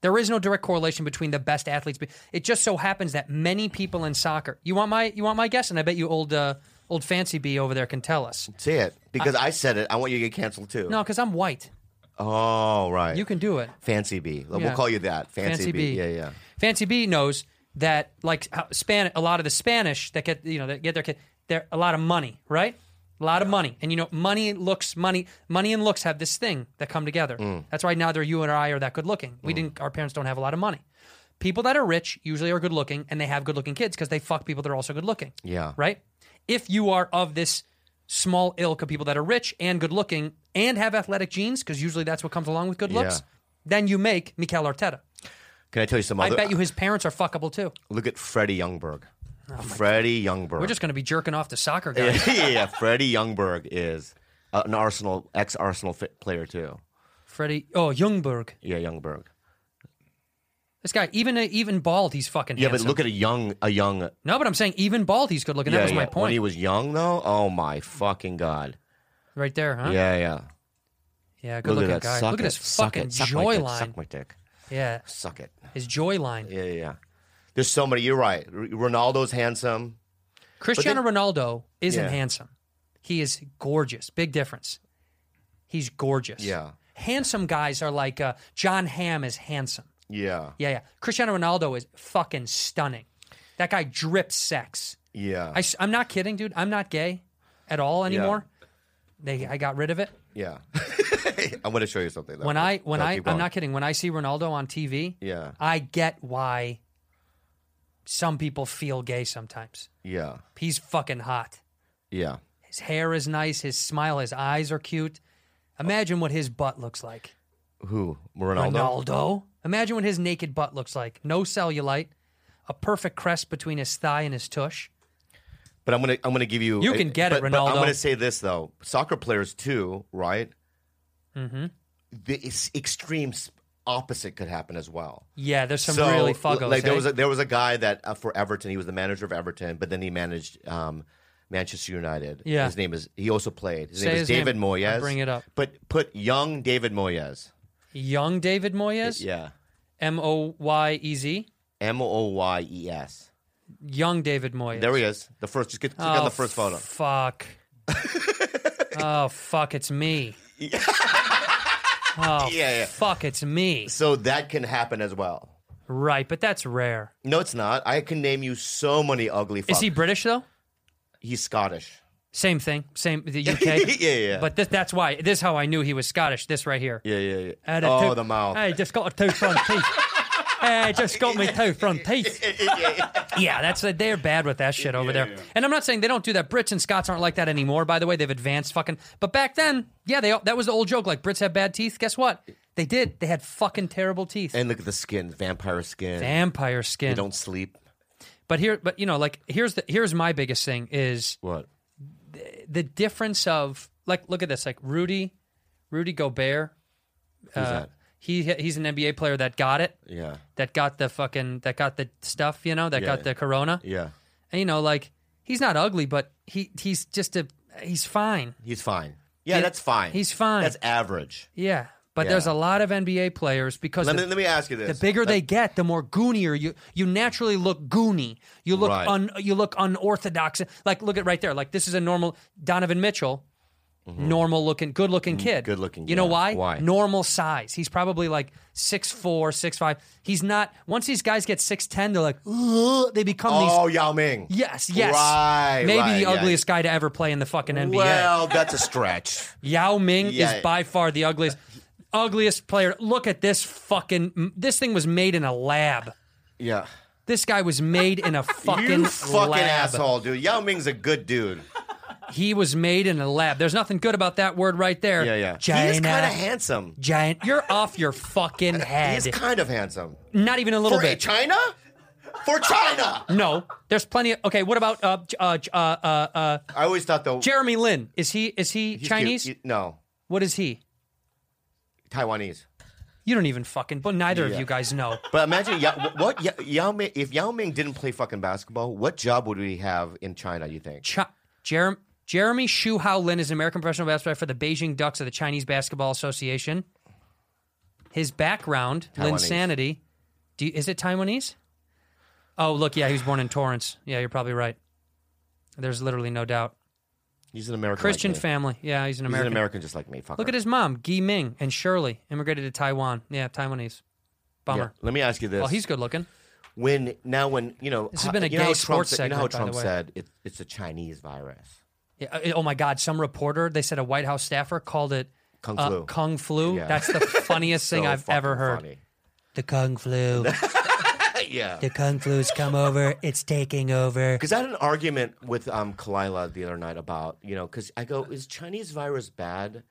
There is no direct correlation between the best athletes. be- It just so happens that many people in soccer. You want my you want my guess, and I bet you old uh, old fancy bee over there can tell us. Say it because I, said it. I want you to get canceled too. No, because I'm white. Oh, right. You can do it. fancy B. We'll Yeah. call you that. Fancy, Fancy B. B. Yeah, yeah. Fancy B knows that like how Span a lot of the Spanish that get you know that get their kid they're a lot of money, right? A lot of money, and you know, money looks money money and looks have this thing that come together. Mm. That's why neither you and I are that good looking. We didn't. Our parents don't have a lot of money. People that are rich usually are good looking, and they have good looking kids because they fuck people that are also good looking. Yeah. Right. If you are of this small ilk of people that are rich and good looking and have athletic genes, because usually that's what comes along with good looks, Yeah. then you make Mikel Arteta. Can I tell you some I other? bet you his parents are fuckable too. Look at Freddie Youngberg. Freddie Youngberg. We're just going to be jerking off to soccer guys. yeah, yeah. Freddie Youngberg is uh, an Arsenal ex Arsenal fit player too. Freddie, oh Jungberg, Yeah, Youngberg. this guy even uh, even bald, he's fucking. Yeah, handsome. but look at a young, a young. Yeah, no, but I'm saying even bald, he's good looking. that was yeah. my When point he was young, though, oh my fucking god. right there, huh? Yeah, yeah. yeah, good looking guy. Suck look at it. his Suck fucking it. Suck my joy dick. line. Suck my dick. Yeah, Suck it. his joy line. Yeah, yeah. yeah. There's so many. You're right. R- Ronaldo's handsome. Cristiano Ronaldo isn't Yeah. handsome. He is gorgeous. Big difference. He's gorgeous. Yeah. Handsome guys are like uh, John Hamm is handsome. Yeah, Yeah, yeah. Cristiano Ronaldo is fucking stunning. That guy drips sex. yeah, I, am not kidding, dude. I'm not gay at all anymore. They, I got rid of it. yeah. I'm gonna show you something. Though. When I, when No, I, keep I'm going. not kidding. When I see Ronaldo on TV, Yeah. I get why some people feel gay sometimes. Yeah, He's fucking hot. yeah. His hair is nice. His smile, his eyes are cute. Imagine what his butt looks like. Who? Ronaldo? Ronaldo. Imagine what his naked butt looks like. No cellulite, a perfect crest between his thigh and his tush. But I'm gonna I'm gonna give you. You can get it, but- but I'm Ronaldo. gonna say this though: soccer players too, right? Mm-hmm. The ex- extreme s- opposite could happen as well. Yeah, there's some So, really l- fuggos. Like there eh? was a, there was a guy that uh, for Everton, he was the manager of Everton, but then he managed um, Manchester United. Yeah. his name is. He also played. His Say name is his David name. I'll Moyes. bring it up. But put young David Moyes. Young David Moyes, Yeah, M O Y E Z. M O Y E S. Young David Moyes. There he is. The first. Just get, click Oh, on the first photo. Fuck. oh fuck, it's me. oh Yeah, yeah. fuck, it's me. So that can happen as well. Right, but that's rare. No, it's not. I can name you so many ugly. Fuck. Is he British though? He's Scottish. Same thing, same the yeah, UK. yeah, yeah. But this, that's why this is how I knew he was Scottish. This right here. yeah, yeah, yeah. I had a oh, tooth- the mouth. I just got a two front teeth. I just got me two front teeth. yeah, that's they're bad with that shit over there. And I'm not saying they don't do that. Brits and Scots aren't like that anymore. By the way, they've advanced fucking. But back then, yeah, they that was the old joke. Like Brits have bad teeth. Guess what? They did. They had fucking terrible teeth. And look at the skin, vampire skin. Vampire They skin. don't sleep. But here, but you know, like here's the here's my biggest thing is What? the difference of like look at this like Rudy, Rudy Gobert. uh, Who's that? He he's an NBA player that got it. Yeah, that got the fucking that got the stuff, you know, that Yeah. got the corona. yeah. And you know, like he's not ugly, but he he's just a he's fine. He's fine. Yeah, He- that's fine. he's fine. That's average. Yeah. But Yeah. there's a lot of NBA players because Let the, me let me ask you the this. bigger Let- they get, the more goonier you you naturally look goony. You look Right. un, you look unorthodox. Like look at right there. Like this is a normal Donovan Mitchell. Normal looking, good looking kid. Mm-hmm. Mm, good looking, You know yeah. why? Why? Normal size. He's probably like 6'4, 6'5. He's not, once these guys get 6'10, they're like, "Ugh," they become these Oh, Yao Ming. Yes, yes. Right. Maybe right, the yeah. ugliest guy to ever play in the fucking NBA. Well, that's a stretch. Yao Ming Yeah. is by far the ugliest ugliest player. Look at this fucking this thing was made in a lab. yeah. This guy was made in a fucking You fucking lab. asshole, dude. Yao Ming's a good dude. He was made in a lab. There's nothing good about that word right there. Yeah, yeah. He is Giant. kind of ass- handsome. Giant. You're off your fucking head. He's kind of handsome. Not even a little For bit. China? For China. no. There's plenty of Okay, what about uh j- uh j- uh uh, uh I always thought though. Jeremy Lin? Is he is he he's cute. Chinese? He- no, what is he? Taiwanese. You don't even fucking but neither Yeah. of you guys know. But imagine Yao, what Yao, Yao Ming, if Yao Ming didn't play fucking basketball, what job would we have in China? You think? Chi- Jerem- Jeremy Shu Hao Lin is an American professional basketball player for the Beijing Ducks of the Chinese Basketball Association. His background, Lin Taiwanese. Sanity, do you, is it Taiwanese? Oh, look, yeah, he was born in Torrance. Yeah, you're probably right. There's literally no doubt. He's an American. Christian like me. family. Yeah, he's an He's American. an American just like me. Fucker. Look at his mom, Gi Ming and Shirley, immigrated to Taiwan. Yeah, Taiwanese. Yeah. Bummer. Let me ask you this: Well, he's good looking. when now when you know This has ho- been a you know gay how Trump, sports said- You know how segment, by the Trump way. said it, it's a Chinese virus. Yeah, uh, oh my God! Some reporter, they said a White House staffer called it Kung uh, flu. Kung flu. Yeah. That's the funniest thing So I've ever fucking heard. funny. The Kung Flu. Yeah. the Kung Flu's come over. It's taking over. Because I had an argument with um, Kalila the other night about, you know, because I go, is Chinese virus bad?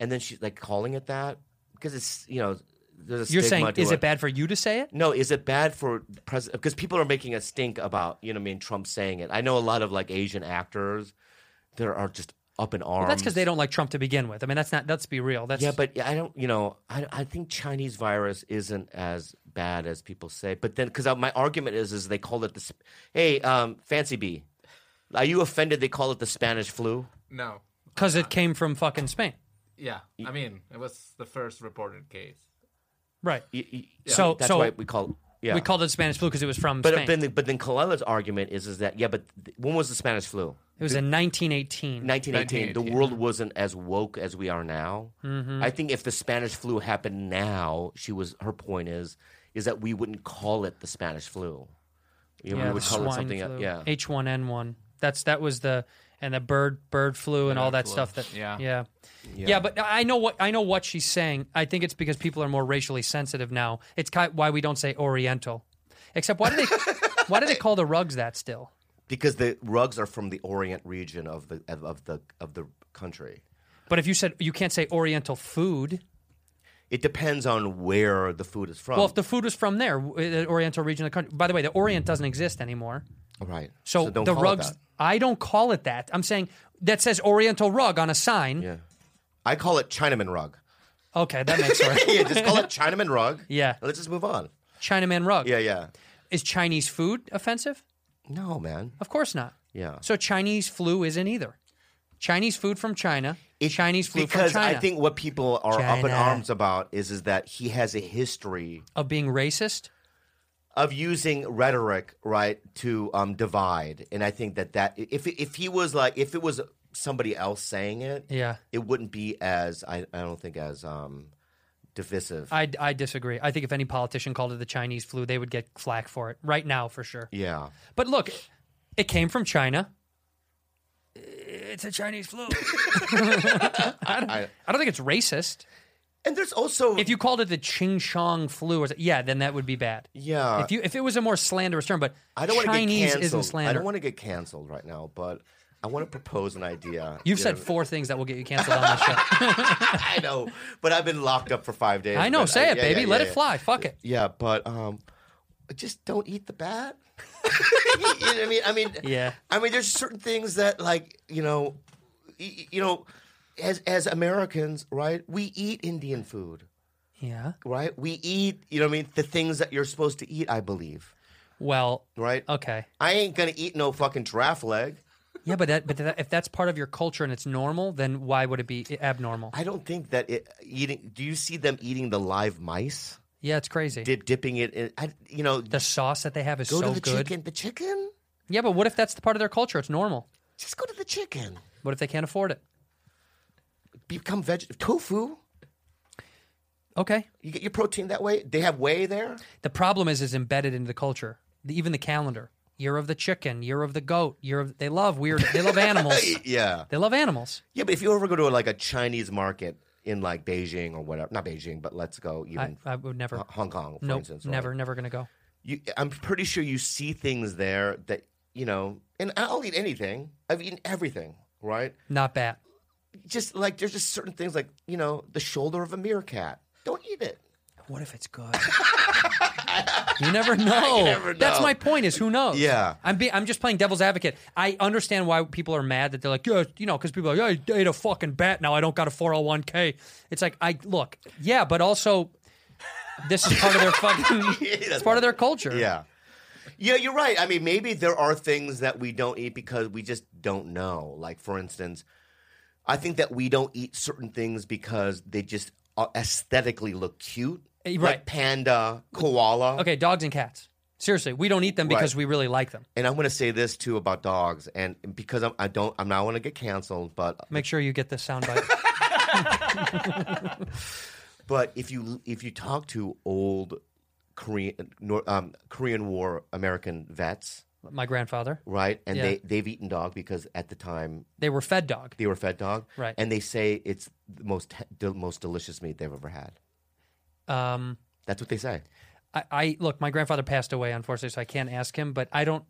And then she's like calling it that because it's, you know, there's a You're stigma saying, to is it bad for you to say it? No, is it bad for president? Because people are making a stink about, you know, what I mean, Trump saying it. I know a lot of like Asian actors that are just up in arms. Well, that's because they don't like Trump to begin with. I mean, that's not. Let's be real. That's Um, Yeah, but I don't, you know, I, I think Chinese virus isn't as bad as people say. But then, because my argument is, is they call it the, sp- hey, um, Fancy Bee, are you offended they call it the Spanish flu? No. because it came from fucking Spain, Yeah. I mean, it was the first reported case. right? Y- y- So- that's Oh, so- why we call, yeah. We called it Spanish flu because it was from but Spain. then, but then Kalela's argument is, is that yeah, but th- when was the Spanish flu? it was in 1918. 1918. The 1918. world wasn't as woke as we are now. Mm-hmm. I think if the Spanish flu happened now, she was her point is, is that we wouldn't call it the Spanish flu. You know, yeah, we would the call it swine something. flu. else. Yeah. H1N1. That's that was the and the bird bird flu and all that flu. stuff. That Yeah. yeah, yeah, But I know what I know what she's saying. I think it's because people are more racially sensitive now. It's ki why we don't say Oriental. Except why do they why do they call the rugs that still? because the rugs are from the Orient region of the of, of the of the country. But if you said you can't say Oriental food, It depends on where the food is from. Well, if the food was from there, w- the Oriental region of the country. By the way, the Orient doesn't exist anymore. right. So, don't the call it rugs. that. I don't call it that. I'm saying that says Oriental rug on a sign. Yeah. I call it Chinaman rug. Okay, that makes sense. yeah, just call it Chinaman rug. Yeah. And Let's just move on. Chinaman rug. Yeah, yeah. Is Chinese food offensive? No, man. Of course not. Yeah. So Chinese flu isn't either. Chinese food from China. Chinese flu because from China. I think what people are up in China. arms about is is that he has a history of being racist. of using rhetoric right to um, divide, and I think that that if if he was like if it was somebody else saying it, Yeah. it wouldn't be as I, I don't think as um, divisive. I, I disagree. I think if any politician called it the Chinese flu, they would get flack for it right now for sure. yeah, But look, it came from China. It's a Chinese flu. I, don't, I, don't think it's racist. and there's also If you called it the Ching Chong flu, or, yeah, then that would be bad. yeah if you if it was a more slanderous term, but I don't want to get Chinese canceled. isn't I slander. don't want to get canceled right now, but I want to propose an idea. You've You said know- four things that will get you canceled on this show. I know, but I've been locked up for five days. I know. but Say it, yeah, baby. yeah, Let yeah, it yeah. fly. Fuck it. Yeah, but um, just don't eat the bat. you know what I mean, I mean, Yeah. I mean, there's certain things that, like, you know, y- you know, as as Americans, right? We eat Indian food, Yeah. right? We eat, you know, what I mean, the things that you're supposed to eat. I believe, Well. right? Okay. I ain't gonna eat no fucking giraffe leg. Yeah, but that but that, if that's part of your culture and it's normal, then why would it be abnormal? I don't think that it eating. Do you see them eating the live mice? yeah, it's crazy. Dip, dipping it in, I, you know, the sauce that they have is go so to the good. chicken. The chicken? Yeah, but what if that's the part of their culture? It's normal. Just go to the chicken. What if they can't afford it? Become veg tofu. Okay. You get your protein that way. They have whey there. The problem is, is embedded into the culture. The, even the calendar. Year of the chicken. Year of the goat. Year of they love weird. They love animals. Yeah, They love animals. yeah. But if you ever go to like a Chinese market in like Beijing or whatever, not Beijing, but let's go I, even I would never. Ho- Hong Kong, for nope. instance. right? never. Never gonna go. You, I'm pretty sure you see things there that you know. And I'll eat anything. I've eaten everything. Right. Not bad. Just like there's just certain things like you know the shoulder of a meerkat. Don't eat it. What if it's good? you never know. never That's know. my point. Is who knows? Yeah. I'm be- I'm just playing devil's advocate. I understand why people are mad that they're like, yeah, you know, because people are like, yeah, I ate a fucking bat. Now I don't got a 401k. It's like I look, yeah, but also this is part of their fucking. it's part of their culture. Yeah. Yeah, you're right. I mean, maybe there are things that we don't eat because we just don't know. Like, for instance, I think that we don't eat certain things because they just uh, aesthetically look cute. Eh, right. Like panda, koala. Okay, dogs and cats. Seriously, we don't eat them because Right. we really like them. And I'm going to say this too about dogs, and because I'm, I don't, I'm not want to get canceled, but Make sure you get this soundbite. but if you if you talk to old Korean Nor- um, Korean War American vets, my grandfather, right, and Yeah. they they've eaten dog because at the time they were fed dog. they were fed dog, Right. And they say it's the most the most delicious meat they've ever had. Um, That's what they say. I, I look, my grandfather passed away, unfortunately, so I can't ask him. But I don't,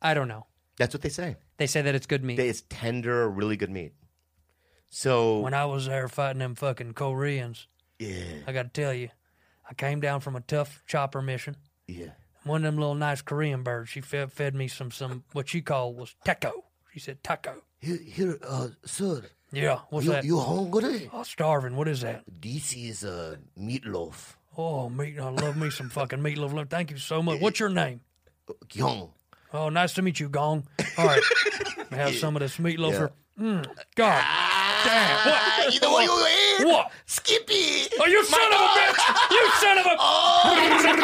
I don't know. That's what they say. They say that it's good meat. That It's tender, really good meat. So when I was there fighting them fucking Koreans, yeah, I got to tell you, I came down from a tough chopper mission. yeah, One of them little nice Korean birds, she fed, fed me some some what she called was taco. She said taco. Here, here uh, sir, Yeah, what's you, that? you hungry? Oh, starving. What is that? This is uh, meatloaf. Oh, meat. I love me some fucking meatloaf. Look, Thank you so much. What's your name? Young. Oh, nice to meet you, Gong. All right, have some of this meatloaf. here. Mm, God damn! What? Ah, You know what you ate? What? Skippy! Oh, you son of a bitch! You son of a.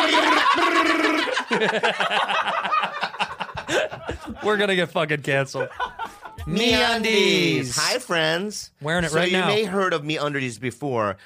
We're gonna get fucking canceled. MeUndies. Hi, friends. Wearing it so right you now. may heard of me undies before.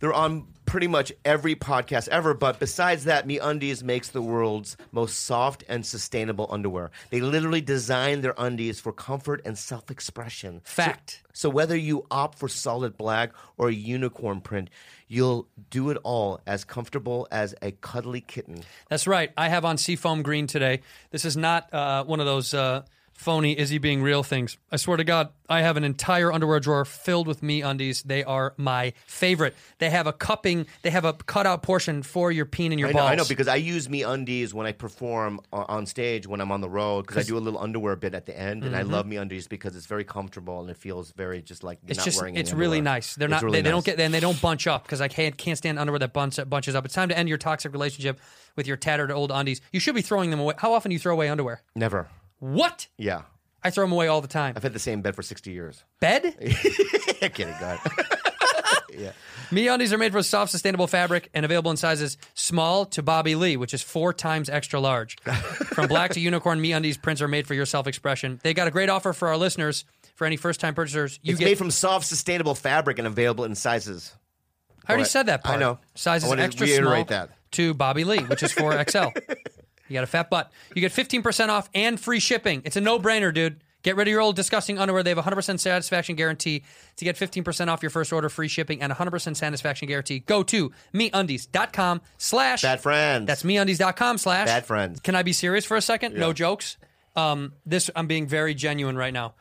They're on pretty much every podcast ever. But besides that, me undies makes the world's most soft and sustainable underwear. They literally design their undies for comfort and self-expression. Fact. So whether you opt for solid black or a unicorn print, you'll do it all as comfortable as a cuddly kitten. That's right. I have on seafoam green today. This is not uh, one of those uh, phony, is he being real things. I swear to God, I have an entire underwear drawer filled with me undies. They are my favorite. They have a cupping, they have a cutout portion for your peen and your I know, balls. I know, because I use me undies when I perform o- on stage when I'm on the road because I do a little underwear bit at the end, and I Mm-hmm. love me undies because it's very comfortable and it feels very just like you're it's not just wearing. any it's really underwear. nice. They're It's not really they, they don't nice. get and they don't bunch up because I can't can't stand underwear that bunch, bunches up. It's time to end your toxic relationship with your tattered old undies. You should be throwing them away. How often do you throw away underwear? never. What? Yeah, I throw them away all the time. I've had the same bed for sixty years. Bed? Kidding, God. MeUndies are made from soft, sustainable fabric and available in sizes small to Bobby Lee, which is four times extra large. from black to unicorn, MeUndies prints are made for your self-expression. They got a great offer for our listeners. For any first-time purchasers, you it's get. made from soft, sustainable fabric and available in sizes. I already What? said that I part. know. Sizes I wanna extra small reiterate that. to Bobby Lee, which is 4XL. you got a fat butt. You get 15% off and free shipping. It's a no-brainer, dude. Get rid of your old disgusting underwear. They have 100% satisfaction guarantee. To get 15% off your first order, free shipping, and 100% satisfaction guarantee, go to meundies.com slash... Bad friends. That's meundies.com slash... Bad friends. Can I be serious for a second? No jokes. Um, this I'm being very genuine right now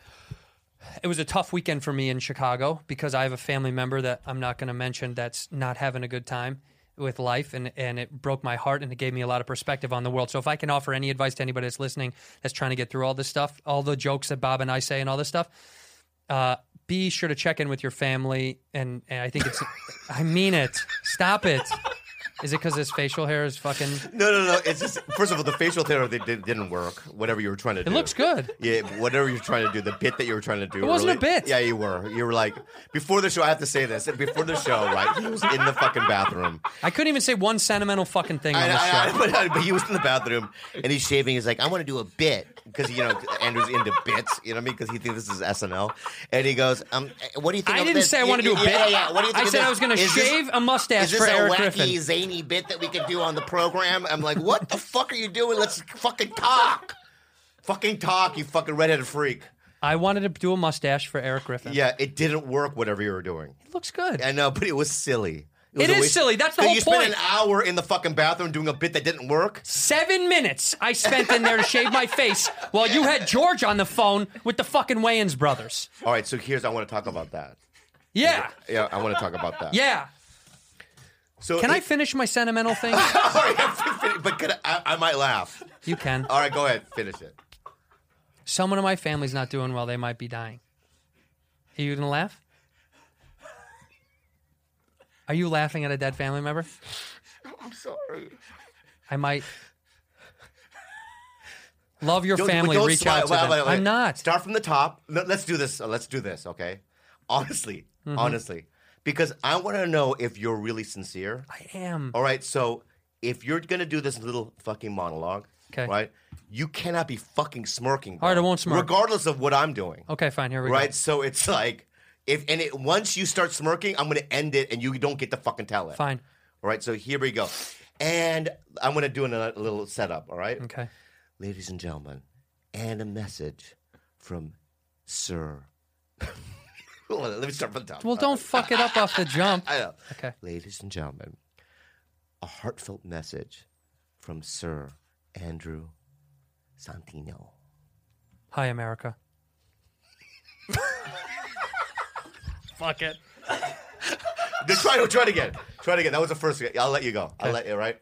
it was a tough weekend for me in Chicago because I have a family member that I'm not going to mention that's not having a good time with life and and it broke my heart and it gave me a lot of perspective on the world. So if I can offer any advice to anybody that's listening that's trying to get through all this stuff, all the jokes that Bob and I say and all this stuff, uh, be sure to check in with your family and, and I think it's I mean it. Stop it. Is it because his facial hair is fucking? No, no, no. It's just first of all, the facial therapy did, didn't work. Whatever you were trying to It do, looks good. Yeah, whatever you're trying to do, the bit that you were trying to do. It wasn't a bit. Yeah, you were. You were like before the show. I have to say this. Before the show, right? He was in the fucking bathroom. I couldn't even say one sentimental fucking thing on I, this show. I, I, but, I- but he was in the bathroom and he's shaving. He's like, I want to do a bit because you know Andrew's into bits. You know what I mean? Because he thinks this is SNL. And he goes, Um, what do you think? I of didn't this? say I want to do a Yeah, bit. Yeah, yeah. What do you think I of said I this? was going to Is this- shave a mustache Is this for a Eric wacky Griffin. zany bit that we could do on the program? I'm like, what the fuck are you doing? Let's fucking talk. Fucking talk, you fucking redheaded freak. I wanted to do a mustache for Eric Griffin. Yeah, it didn't work. Whatever you were doing, It looks good. I know, but it was silly. was It a is waste- silly. That's the So whole you spent point. an hour in the fucking bathroom doing a bit that didn't work. Seven minutes I spent in there to shave my face while you had George on the phone with the fucking Wayans brothers. All right, so here's I want to talk about that. Yeah. Yeah, I want to talk about that. Yeah. So Can I it- finish my sentimental thing? All right, I have to fin- but could I, I, I might laugh. You can. All right, go ahead, finish it. Someone in my family's not doing well. They might be dying. Are you going to laugh? Are you laughing at a dead family member? I'm sorry. I might. Love your Don't- family. don't Reach slide- out to wait, them. wait, wait. I'm not. Start from the top. Let, us do this. Let's do this. Okay. Honestly, Mm-hmm. honestly, because I want to know if you're really sincere. I am. All right. So if you're gonna do this little fucking monologue, 'Kay. right? You cannot be fucking smirking. All right, bro, I won't smirk. regardless of what I'm doing. Okay, fine. Here we right? go. So it's like if and it once you start smirking, I'm gonna end it, and you don't get to fucking tell it. Fine. All right. So here we go, and I'm gonna do a little setup. All right, Okay. ladies and gentlemen, and a message from Sir. Hold on, let me start from the top. Well, don't fuck it up off the jump. I know. Okay. Ladies and gentlemen, a heartfelt message from Sir Andrew Santino. Hi, America. fuck it. Then try, try it again. Try it again. That was the first. I'll let you go. I'll let you. Right,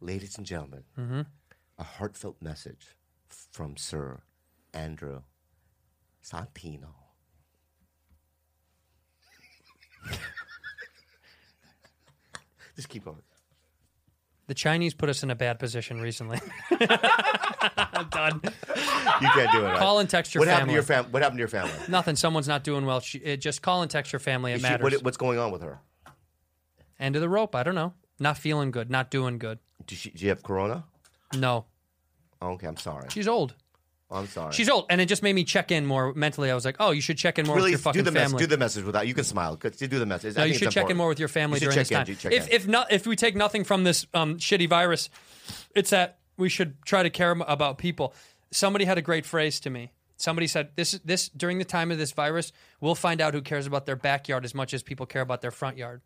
ladies and gentlemen, Mm-hmm. a heartfelt message from Sir Andrew Santino. Just keep going. The Chinese put us in a bad position recently. I'm done. You can't do it. right? Call and text your what family. happened to your family? What happened to your family? Nothing. Someone's not doing well. She, it, just call and text your family. It Is she- matters. what- what's going on with her? End of the rope. I don't know. Not feeling good. Not doing good. Did she, did she have corona? No. Oh, okay, I'm sorry. She's old. I'm sorry. She's old, and it just made me check in more mentally. I was like, "Oh, you should check in more really with your fucking do the mess, family." do the message without you can smile. Good, Do the message. I No, you think should it's check in important. more with your family You during should check this time. in, you check if in. if not, if we take nothing from this um, shitty virus, it's that we should try to care about people. Somebody had a great phrase to me. Somebody said, "This this during the time of this virus, we'll find out who cares about their backyard as much as people care about their front yard."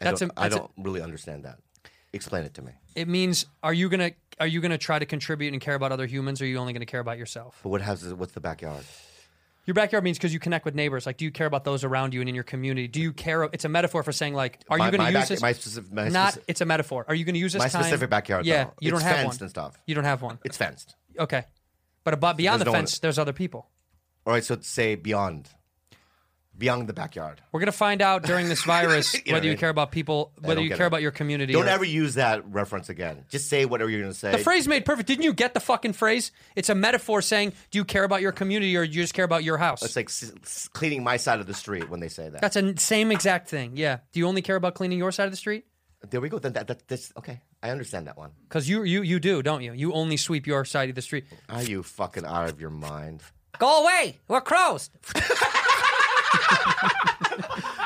I That's don't, a- I that's a- don't really understand that. Explain it to me. It means are you gonna are you gonna try to contribute and care about other humans, or are you only gonna care about yourself? But what house is it? What's the backyard? Your backyard means because you connect with neighbors. Like, do you care about those around you and in your community? Do you care? It's a metaphor for saying like, are My- you gonna my use back- this? my specific- my not. specific- It's a metaphor. Are you gonna use this? My time- specific backyard, Yeah, though. you don't It's have fenced one. and stuff. You don't have one. It's fenced. okay, but above beyond There's the no fence, one- there's other people. All right, so say beyond, beyond the backyard. We're gonna find out during this virus know whether what I you mean? care about people, whether don't you get care it. about your community. Don't or- ever use that reference again. Just say whatever you're going to say. The phrase made perfect. Didn't you get the fucking phrase? It's a metaphor saying, do you care about your community or do you just care about your house? It's like s- s- cleaning my side of the street when they say that. That's a same exact thing. Yeah. Do you only care about cleaning your side of the street? there we go. Then that, that this okay. I understand that one. Because you you you do, don't you? You only sweep your side of the street. Are Ah, you fucking out of your mind? Go away. We're crows.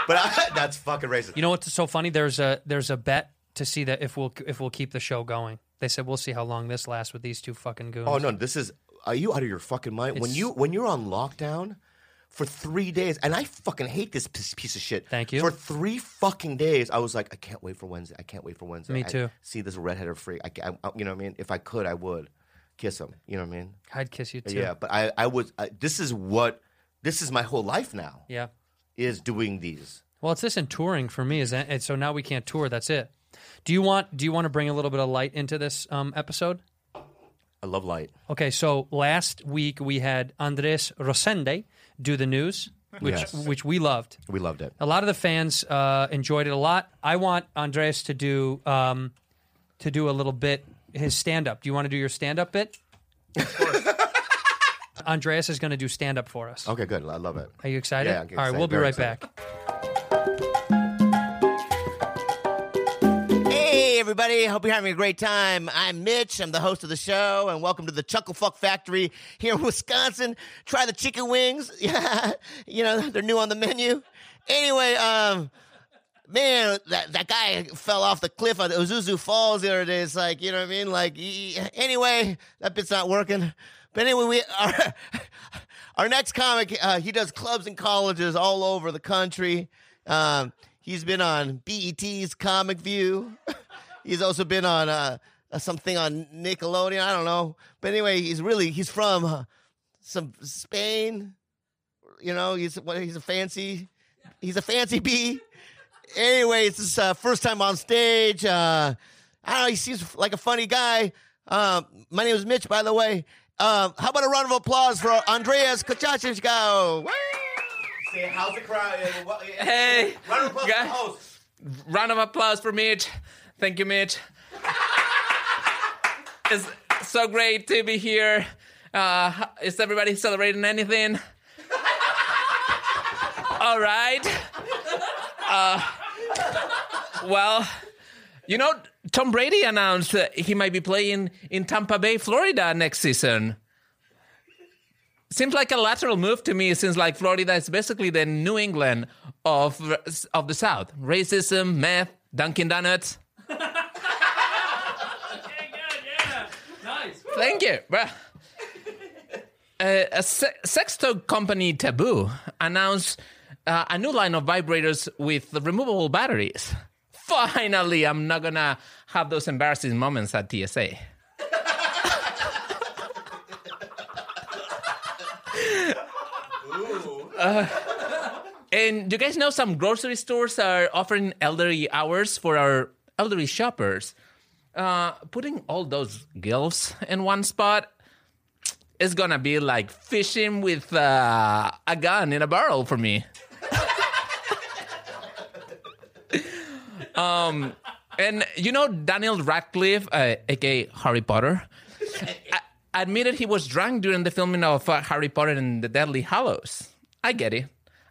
But I, that's fucking racist. You know what's so funny? There's a there's a bet to see that if we'll if we'll keep the show going. They said we'll see how long this lasts with these two fucking goons. oh no, this is. Are you out of your fucking mind? When It's- you when you're on lockdown for three days, and I fucking hate this piece, piece of shit. Thank you. For three fucking days, I was like, I can't wait for Wednesday. I can't wait for Wednesday. Me I too. see this redheaded freak. I, ca- I, you know what I mean? If I could, I would kiss him. You know what I mean? I'd kiss you too. Yeah. But I I was. I, this is what. This is my whole life now. Yeah. Is doing these. Well, it's this and touring for me is, that- and so now we can't tour. That's it. Do you want Do you want to bring a little bit of light into this um, episode? I love light. Okay, so last week we had Andres Rosende do the news, which Yes. which we loved. We loved it. A lot of the fans uh, enjoyed it a lot. I want Andres to do um, to do a little bit his stand up. Do you want to do your stand up bit? Andreas is going to do stand up for us. Okay, good. I love it. Are you excited? Yeah, I'm All right, excited. we'll be Very right excited. back. Hey, everybody. Hope you're having a great time. I'm Mitch. I'm the host of the show, and welcome to the Chuckle Fuck Factory here in Wisconsin. Try the chicken wings. Yeah, you know, they're new on the menu. Anyway, um, man, that, that guy fell off the cliff at Ozuzu Falls the other day. It's like, you know what I mean? Like, e- anyway, that bit's not working. But anyway, we our, our next comic, uh, he does clubs and colleges all over the country. Um, he's been on BET's Comic View. he's also been on uh, something on Nickelodeon. I don't know. But anyway, he's really, he's from uh, some Spain. You know, he's, he's a fancy, he's a fancy bee anyway, it's his uh, first time on stage. Uh, I don't know. He seems like a funny guy. Uh, my name is Mitch, by the way. Uh, how about a round of applause for Andreas Kochachichko? Say, how's the crowd? Yeah, well, yeah. Hey, Round of applause for the guys. host. Round of applause for Mitch. Thank you, Mitch. it's so great to be here. Uh, is everybody celebrating anything? All right. Uh, well, you know, Tom Brady announced that he might be playing in Tampa Bay, Florida next season. Seems like a lateral move to me, since like Florida is basically the New England of of the South. Racism, meth, Dunkin' Donuts. Thank you. bruh. Uh, a se- sex toy company Taboo announced uh, a new line of vibrators with removable batteries. Finally, I'm not gonna have those embarrassing moments at TSA. Uh, And do you guys know some grocery stores are offering elderly hours for our elderly shoppers? Uh, putting all those gilfs in one spot is gonna be like fishing with uh, a gun in a barrel for me. um, and you know Daniel Radcliffe, uh, aka Harry Potter, a- admitted he was drunk during the filming of uh, Harry Potter and the Deadly Hallows. I get it.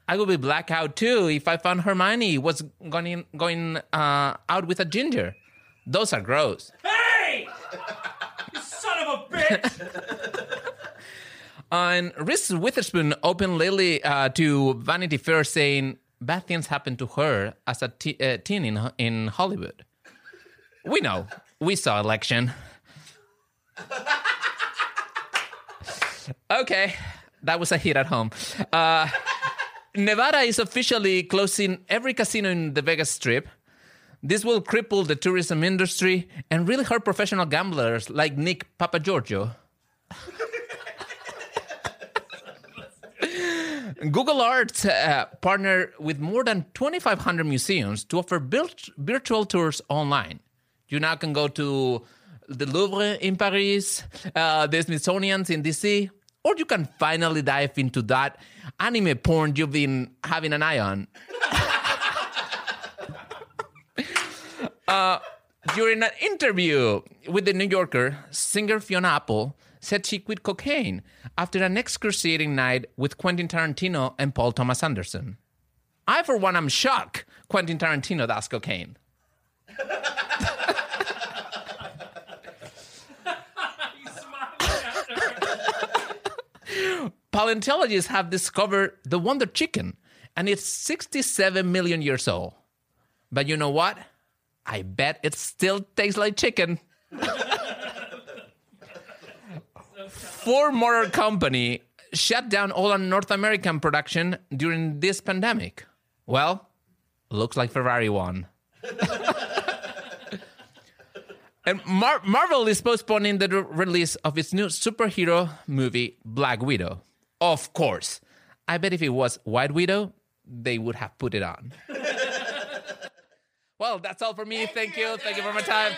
I would be blackout too if I found Hermione was going going uh, out with a ginger. Those are gross. Hey! You son of a bitch! And Reese Witherspoon opened lately uh, to Vanity Fair saying bad things happened to her as a te- uh, teen in, Ho- in Hollywood. We know. We saw election. okay, that was a hit at home. Uh, Nevada is officially closing every casino in the Vegas Strip. This will cripple the tourism industry and really hurt professional gamblers like Nick Papagiorgio. Google Arts uh, partnered with more than 2,500 museums to offer virt- virtual tours online. You now can go to the Louvre in Paris, uh, the Smithsonian's in DC, or you can finally dive into that anime porn you've been having an eye on. During an interview with the New Yorker, singer Fiona Apple said she quit cocaine after an excruciating night with Quentin Tarantino and Paul Thomas Anderson. I, for one, am shocked Quentin Tarantino does cocaine. Paleontologists have discovered the Wonder Chicken, and it's 67 million years old. But you know what? I bet it still tastes like chicken. Ford Motor Company shut down all our North American production during this pandemic. Well, looks like Ferrari won. and Mar- Marvel is postponing the re- release of its new superhero movie, Black Widow. Of course. I bet if it was White Widow, they would have put it on. well, that's all for me. Thank, you. Thank you for my time.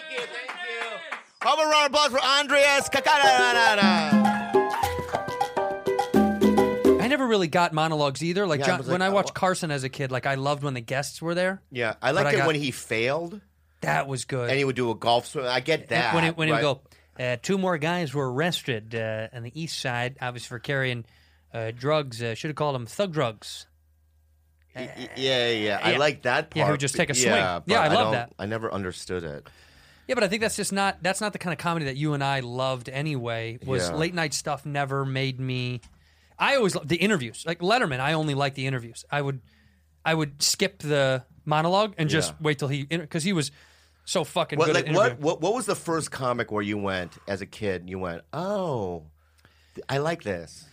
Have a round of applause for Andreas Kakarana. I never really got monologues either. Like Yeah, I John, was when like, I I watched wa- Carson as a kid, like I loved when the guests were there. Yeah, I But liked I it got- when he failed That was good. and he would do a golf swim. I get that. when it, when right? it would go, uh, two more guys were arrested uh, on the east side, obviously for carrying uh, drugs. Uh, Should have called them thug drugs. Y- y- Yeah, yeah, I Yeah. like that part. Yeah, he would just take a swing. Yeah, Yeah, but I love don't- that. I never understood it. Yeah, but I think that's just not that's not the kind of comedy that you and I loved anyway. Was Yeah. late night stuff never made me. I always loved the interviews, like Letterman. I only liked the interviews. I would, I would skip the monologue and just Yeah. wait till he because he was so fucking What, good. like, at what, interviewing. what, what was the first comic where you went as a kid? You went, oh, th- I like this.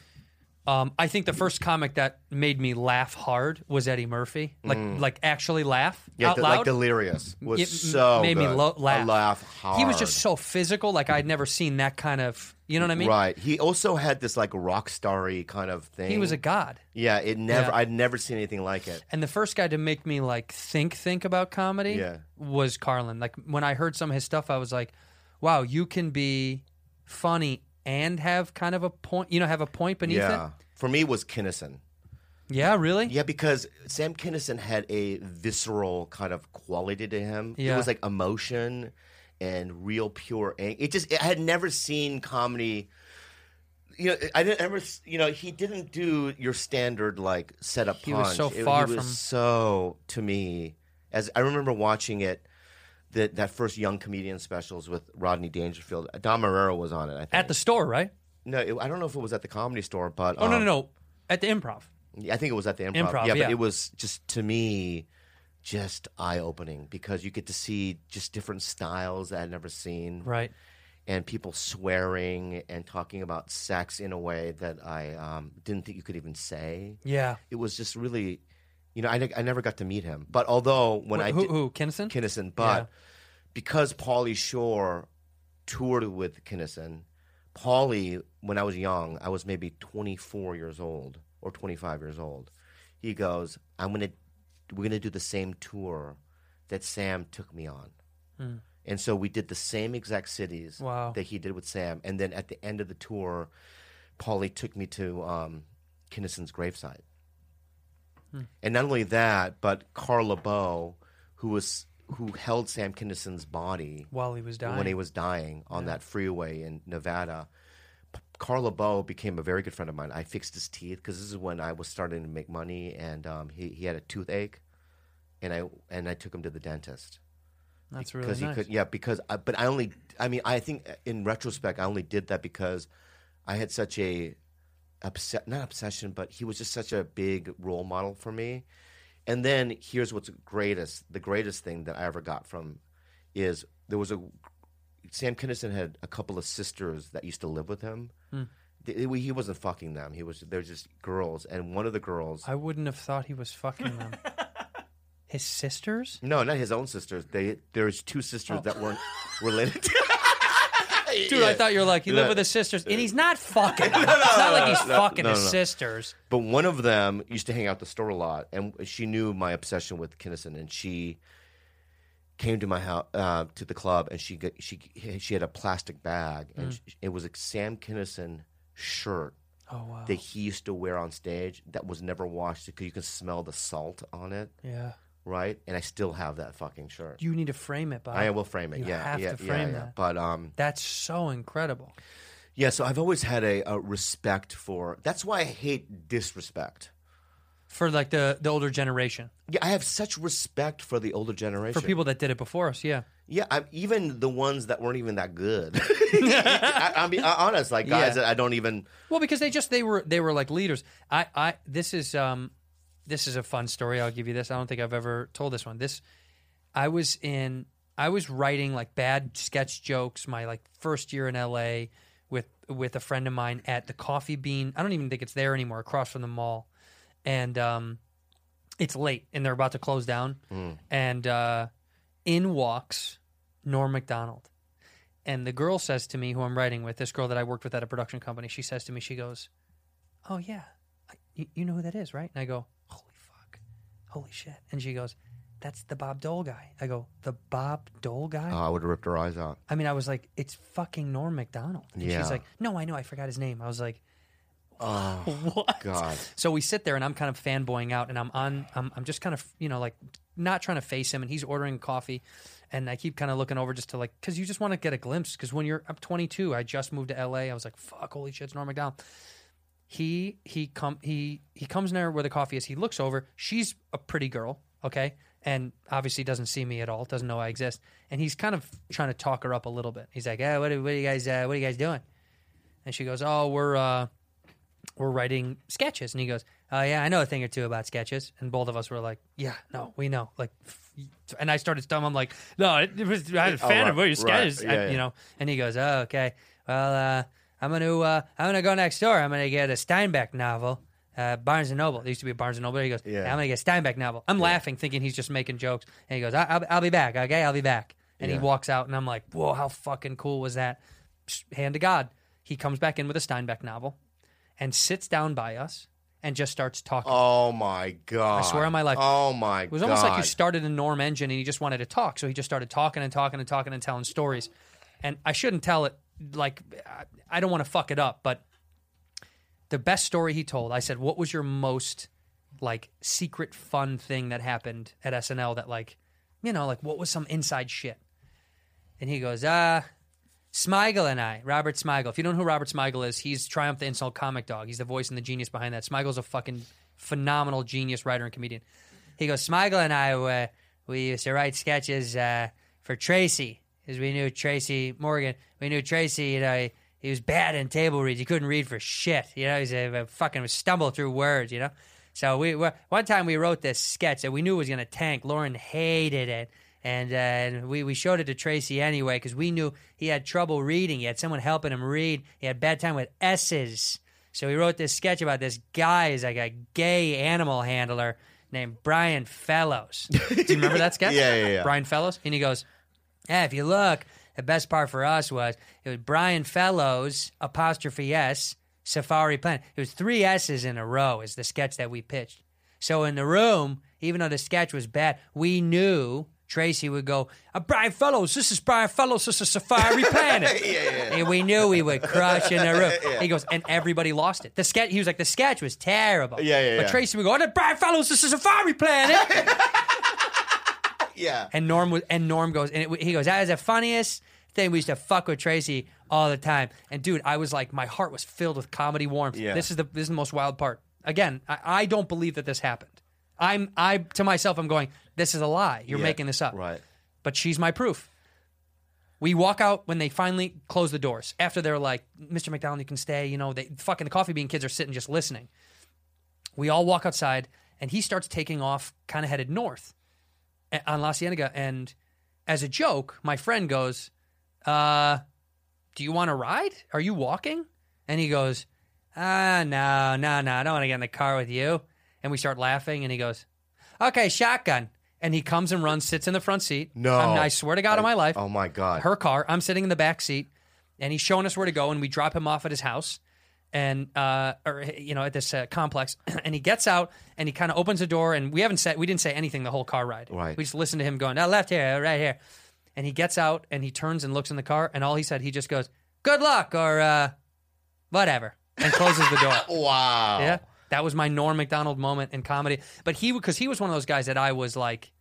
Um, I think the first comic that made me laugh hard was Eddie Murphy. Like, like actually laugh Mm. Yeah, out the- loud. like Delirious was It m- so made me good. lo- I laugh. laugh hard. He was just so physical. Like I'd never seen that kind of. You know what I mean? right. He also had this like rock starry kind of thing. He was a god. yeah. It never. Yeah. I'd never seen anything like it. And the first guy to make me like think think about comedy Yeah. was Carlin. Like when I heard some of his stuff, I was like, "Wow, you can be funny and have kind of a point. You know, have a point beneath Yeah, it. for me it was Kinnison. Yeah, really. Yeah, because Sam Kinison had a visceral kind of quality to him. It Yeah. was like emotion and real pure anger. It just I had never seen comedy. You know, I didn't ever. s- You know, he didn't do your standard like setup. He punch. was so It- far he was from- so to me. As I remember watching it, that that first young comedian specials with Rodney Dangerfield. Don Marrero was on it. I think. At the store, right? no, it, I don't know if it was at the comedy store, but Oh no, um, no, no. At the improv. I think it was at the improv. Improv, yeah, yeah. but it was just to me just eye opening because you get to see just different styles that I'd never seen. Right. And people swearing and talking about sex in a way that I um, didn't think you could even say. Yeah. It was just really, you know, I, ne- I never got to meet him. But although when I who, did, who Kinnison? Kinnison, but because Paulie Shore toured with Kinnison, Paulie, when I was young, I was maybe 24 years old or 25 years old. He goes, "I'm gonna, we're gonna do the same tour that Sam took me on." And so we did the same exact cities Wow. that he did with Sam. And then at the end of the tour, Paulie took me to um, Kinnison's gravesite. And not only that, but Carl LeBeau, who was who held Sam Kinnison's body While he was dying. when he was dying on that freeway in Nevada. P- Carl LeBeau became a very good friend of mine. I fixed his teeth because this is when I was starting to make money, and um, he he had a toothache, and I and I took him to the dentist That's really because nice. he could. Yeah, because I, but I only. I mean, I think uh, in retrospect, I only did that because I had such a upset, not obsession, but he was just such a big role model for me. And then here's what's greatest. The greatest thing that I ever got from is there was a Sam Kinison had a couple of sisters that used to live with him. Hmm. They- he wasn't fucking them. He was they're just girls, and one of the girls I wouldn't have thought he was fucking them. His sisters? No, not his own sisters. They there's two sisters that weren't related. to Dude, I thought you were like, he lived No. with his sisters. And he's not fucking. it's not like he's Uh, no, fucking no, his no. sisters. But one of them used to hang out at the store a lot, and she knew my obsession with Kinnison, and she came to my house uh, to the club, and she got, she she had a plastic bag, Mm. and she- it was a Sam Kinnison shirt. Oh, That he used to wear on stage that was never washed because you can smell the salt on it, Yeah. right? And I still have that fucking shirt. You need to frame it, Bob. I will frame it. You yeah, have yeah, to yeah, frame yeah. that. But um, That's so incredible. yeah, so I've always had a, a respect for. That's why I hate disrespect. For like the, the older generation. Yeah, I have such respect for the older For generation. people that did it before us, yeah. yeah, I, even the ones that weren't even that good. I, I mean, I, honest, like guys Yeah. that I don't even. Well, because they just they were they were like leaders. I I this is um this is a fun story. I'll give you this. I don't think I've ever told this one. This I was in I was writing like bad sketch jokes my like first year in LA with with a friend of mine at the Coffee Bean. I don't even think it's there anymore across from the mall. And um it's late and they're about to close down. And uh in walks Norm McDonald. And the girl says to me, who I'm writing with, this girl that I worked with at a production company, she says to me, she goes, Oh, yeah, I, you, you know who that is, right? And I go, Holy fuck. Holy shit. And she goes, That's the Bob Dole guy. I go, The Bob Dole guy? Oh, I would have ripped her eyes out. I mean, I was like, It's fucking Norm McDonald. And Yeah. Oh, she's like, No, I know. I forgot his name. I was like, what? God. So we sit there, and I'm kind of fanboying out, and I'm on. I'm, I'm just kind of, you know, like not trying to face him, and he's ordering coffee, and I keep kind of looking over just to like, because you just want to get a glimpse. Because when you're up 22, I just moved to LA. I was like, fuck, holy shit, it's Norm Macdonald. He he come he he comes near where the coffee is. He looks over. She's a pretty girl, okay, and obviously doesn't see me at all. Doesn't know I exist. And he's kind of trying to talk her up a little bit. He's like, "Hey, what are, what are you guys uh, what are you guys doing?" And she goes, "Oh, we're." uh we're writing sketches. And he goes, Oh, yeah, I know a thing or two about sketches. And both of us were like, Yeah, no, we know. Like, f- and I started stumbling. I'm like, No, it, it was, I'm a fan Oh, right, of what your right, sketches, yeah, I- yeah. you know. And he goes, Oh, okay. Well, uh, I'm gonna uh, I'm gonna go next door. I'm gonna get a Steinbeck novel, uh, Barnes and Noble. There used to be a Barnes and Noble. He goes, Yeah. I'm gonna get a Steinbeck novel. I'm laughing, thinking he's just making jokes. And he goes, I- I'll, I'll be back. Okay, I'll be back. And he walks out, and I'm like, Whoa, how fucking cool was that? Psh, Hand to God, he comes back in with a Steinbeck novel and sits down by us and just starts talking. Oh my god! I swear on my life. Oh my god! it was almost like you started a Norm engine and he just wanted to talk. So he just started talking and talking and talking and telling stories. And I shouldn't tell it, like, I- I don't want to fuck it up, but the best story he told, I said, What was your most, like, secret fun thing that happened at SNL that, like, you know, like, what was some inside shit? And he goes, uh, Smigel and I, Robert Smigel. If you don't know who Robert Smigel is, he's Triumph the Insult comic dog. He's the voice and the genius behind that. Smigel's a fucking phenomenal genius writer and comedian. He goes, Smigel and I, uh, we used to write sketches uh, for Tracy because we knew Tracy Morgan. We knew Tracy, you know, he, he was bad in table reads. He couldn't read for shit. You know, he's a, a fucking stumble through words, you know? So we were, one time we wrote this sketch that we knew was going to tank. Lauren hated it. And, uh, and we, we showed it to Tracy anyway because we knew he had trouble reading. He had someone helping him read. He had bad time with S's. So he wrote this sketch about this guy is like a gay animal handler named Brian Fellows. Do you remember that sketch? Yeah, yeah, yeah. Brian Fellows. And he goes, yeah, if you look, the best part for us was it was Brian Fellows apostrophe S Safari Planet. It was three S's in a row is the sketch that we pitched. So in the room, even though the sketch was bad, we knew Tracy would go, "Uh, Brian Fellows, this is Brian Fellows, this is Safari Planet. And we knew we would crush in the room. He goes, and everybody lost it. The sketch he was like, the sketch was terrible. Yeah, yeah, But yeah. Tracy would go, "Uh, Brian Fellows, this is Safari Planet. Yeah. And Norm was, and Norm goes, and it, he goes, that is the funniest thing. We used to fuck with Tracy all the time. And dude, I was like, my heart was filled with comedy warmth. Yeah. This is the this is the most wild part. Again, I, I don't believe that this happened. I'm I to myself, I'm going, this is a lie. You're Yeah, making this up. right. But she's my proof. We walk out when they finally close the doors. After they're like, Mr. McDonald, you can stay. You know, they fucking the coffee bean kids are sitting just listening. We all walk outside, and he starts taking off, kind of headed north a- on La Cienega. And as a joke, my friend goes, uh, Do you want to ride? Are you walking? And he goes, Ah, no, no, no. I don't want to get in the car with you. And we start laughing, and he goes, Okay, shotgun. and he comes and runs, sits in the front seat. No. I'm- I swear to God, on my life. Oh my God. Her car. I'm sitting in the back seat, and he's showing us where to go, and we drop him off at his house, and uh, or you know, at this uh, complex, and he gets out, and he kind of opens the door, and we haven't said we didn't say anything the whole car ride. Right. We just listened to him going, "Now left here, right here," and he gets out, and he turns and looks in the car, and all he said, he just goes, "Good luck," or uh, whatever, and closes the door. Wow. Yeah. That was my Norm McDonald moment in comedy. But he, because he was one of those guys that I was like,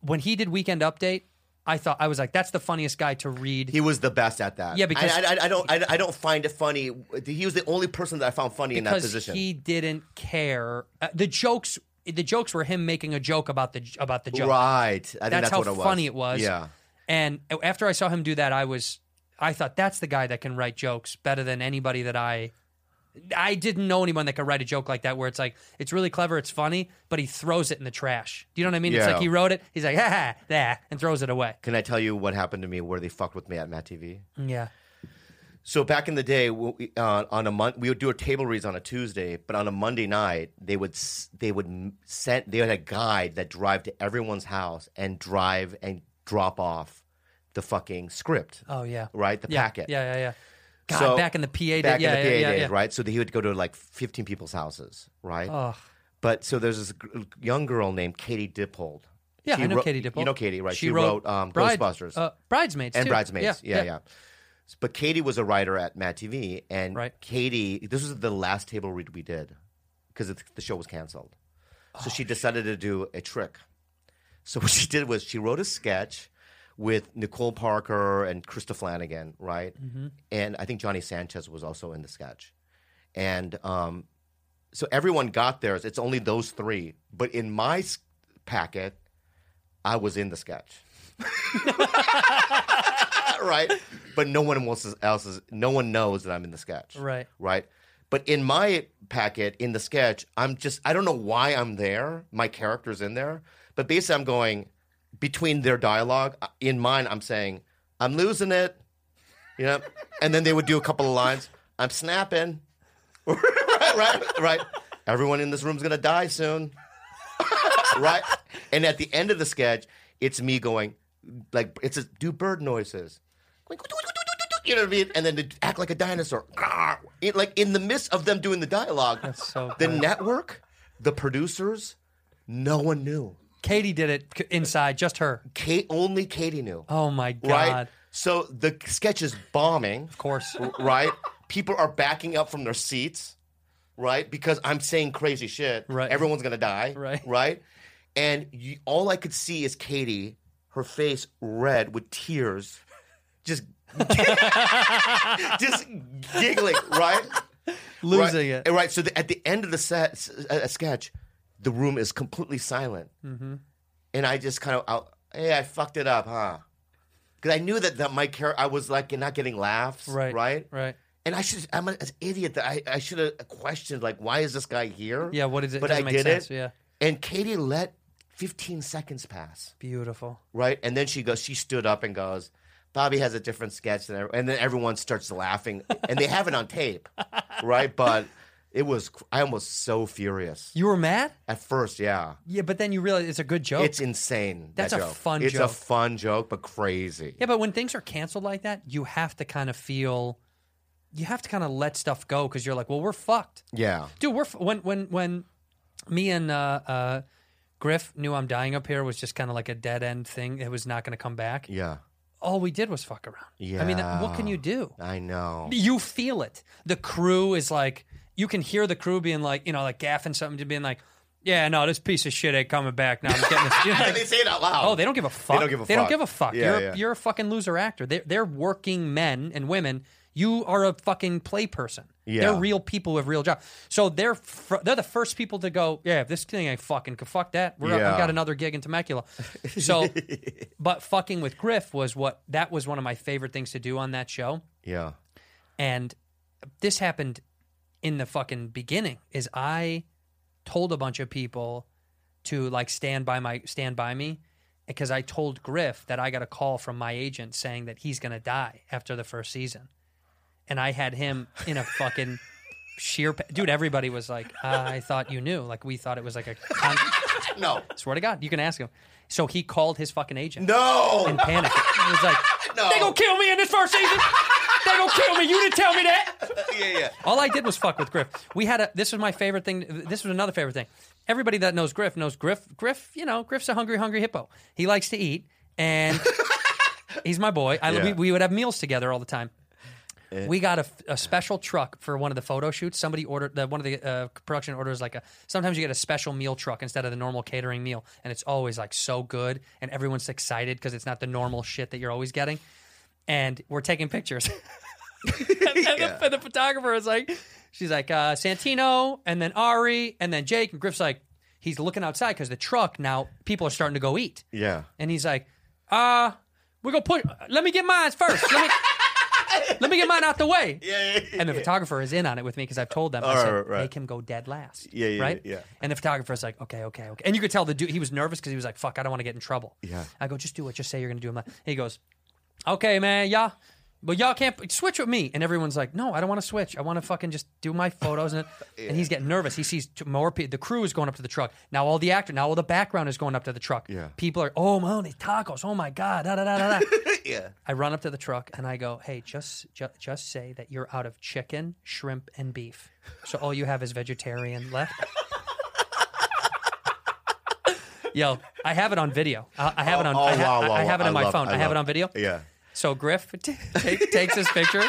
when he did Weekend Update, I thought, I was like, that's the funniest guy to read. He was the best at that. Yeah, because- I, I, I don't, I, I don't find it funny. He was the only person that I found funny in that because position. he didn't care. Uh, the jokes, the jokes were him making a joke about the about the joke. right. I think that's, That's, how what it was. funny it was. Yeah. And after I saw him do that, I was, I thought that's the guy that can write jokes better than anybody that I. I didn't know anyone that could write a joke like that where it's like it's really clever, it's funny, but he throws it in the trash. Do you know what I mean? It's Yeah. like he wrote it, he's like, ha ha, there, and throws it away. Can I tell you what happened to me? Where they fucked with me at Matt TV? Yeah. So back in the day, we, uh, on a month we would do a table reads on a Tuesday, but on a Monday night they would s- they would m- send they had a guide that drive to everyone's house and drive and drop off the fucking script, Oh yeah. right? The yeah. packet. Yeah, yeah, yeah. God, So- back in the PA days. back yeah, in the PA yeah, yeah, days, yeah. right? So he would go to like 15 people's houses, right? Ugh. But so there's this g- young girl named Katie Dippold. Yeah, She I know wrote- Katie Dippold. You know Katie, right? She, wrote, um, Bride- Ghostbusters uh, Bridesmaids. and too. Bridesmaids. Yeah yeah, yeah. But Katie was a writer at Matt TV, and Right. Katie, this was the last table read we did because the show was canceled. So she decided to do a trick. So what she did was she wrote a sketch with Nicole Parker and Krista Flanagan, right? And I think Johnny Sanchez was also in the sketch. And um, so everyone got theirs. It's only those three. But in my s- packet, I was in the sketch. right? But no one else is, else is no one knows that I'm in the sketch. Right. Right. But in my packet, in the sketch, I'm just I don't know why I'm there. My character's in there. But basically I'm going between their dialogue, uh, in mine, I'm saying, I'm losing it. You know? and then they would do a couple of lines. I'm snapping. right, right, right. Everyone in this room's gonna die soon right? And at the end of the sketch, it's me going, like, it's a, do bird noises. You know what I mean? And then to act like a dinosaur. Grr. It- like in the midst of them doing the dialogue, so the good. network, the producers, no one knew. Katie did it c- inside, just her. Kate, only Katie knew. Oh my god. right? So the sketch is bombing, Of course. right? People are backing up from their seats, right? Because I'm saying crazy shit. Right. Everyone's gonna die. Right. Right. And you, all I could see is Katie, her face red with tears, just just giggling, right? Losing right? it. Right. So the, at the end of the set, s- a, a sketch, the room is completely silent, Mm-hmm. and I just kind of, out, hey, I fucked it up, huh? Because I knew that, that my character, I was like not getting laughs, Right. Right. Right. And I should, I'm an idiot that I, I should have questioned, like, why is this guy here? Yeah, what is it? But Doesn't I make did sense. it. Yeah. And Katie let 15 seconds pass, Beautiful. right? And then she goes, she stood up and goes, Bobby has a different sketch, than every-" and then everyone starts laughing, and they have it on tape, right? But it was, I was so furious You were mad? at first, yeah. Yeah, but then you realize it's a good joke. It's insane. Oh. That's that a joke. fun It's a joke. fun joke, but crazy. yeah, but when things are canceled like that, you have to kind of feel you have to kind of let stuff go cuz you're like, "Well, we're fucked." Yeah. Dude, we're f- when when when me and uh uh Griff knew I'm dying up here was just kind of like a dead end thing. It was not going to come back. Yeah. All we did was fuck around. I mean, Yeah. what can you do? I know. you feel it. The crew is like, you can hear the crew being like, you know, like gaffing something to being like, yeah, no, this piece of shit ain't coming back now. I'm getting this. You know, And like, they say it out loud. oh, they don't give a fuck. They don't give a They fuck. give a fuck. Yeah, you're, yeah. you're a fucking loser actor. They're, they're working men and women. You are a fucking play person. Yeah. They're real people with real jobs. So they're fr- they're the first people to go, yeah, if this thing ain't fucking, fuck that. We're, I've Yeah. got another gig in Temecula. So, but fucking with Griff was what, that was one of my favorite things to do on that show Yeah. and this happened in the fucking beginning is i told a bunch of people to like stand by my stand by me because i told griff that i got a call from my agent saying that he's going to die after the first season and i had him in a fucking sheer pa- dude everybody "Uh, was like i thought you knew like we thought it was like a con- No. swear to god you can ask him So he called his fucking agent No. in panic. He was like, No. "They gonna kill me in this first season. they gonna kill me. You didn't tell me that." Yeah, yeah. All I did was fuck with Griff. We had a. This was my favorite thing. This was another favorite thing. Everybody that knows Griff knows Griff. Griff, you know, Griff's a hungry, hungry hippo. He likes to eat, and he's my boy. I, Yeah. we, we would have meals together all the time. We got a, a special truck for one of the photo shoots. Somebody ordered the one of the uh, production orders like a. Sometimes you get a special meal truck instead of the normal catering meal, and it's always like so good, and everyone's excited because it's not the normal shit that you're always getting. And we're taking pictures. and, and the, and the photographer is like, she's like, uh, Santino, and then Ari, and then Jake. And Griff's like, he's looking outside because the truck now, people are starting to go eat. Yeah. And he's like, uh, we're going to put, let me get mine first. Let me, let me get mine out the way. Yeah, yeah, And the photographer is in on it with me because I've told them, I All said, right, right. make him go dead last. Yeah, yeah, Right? yeah. And the photographer's like, okay, okay, okay. And you could tell the dude, he was nervous because he was like, fuck, I don't want to get in trouble. Yeah. I go, just do it. Just say you're going to do it. He goes, okay, man, y'all, but y'all can't switch with me. And everyone's like, no, I don't want to switch. I want to fucking just do my photos. And, and he's getting nervous. He sees t- more people. The crew is going up to the truck. Now all the actor, now all the background is going up to the truck. Yeah. People are, oh, man, these tacos. Oh, my God. Da, da, da, da, da. Yeah. I run up to the truck and I go, "Hey, just ju- just say that you're out of chicken, shrimp, and beef. So all you have is vegetarian left." Yo, I have it on video. I, I have it on. I, ha- I- I have it on my love- phone. I, have love- it on video. Yeah. So Griff t- take, takes his picture.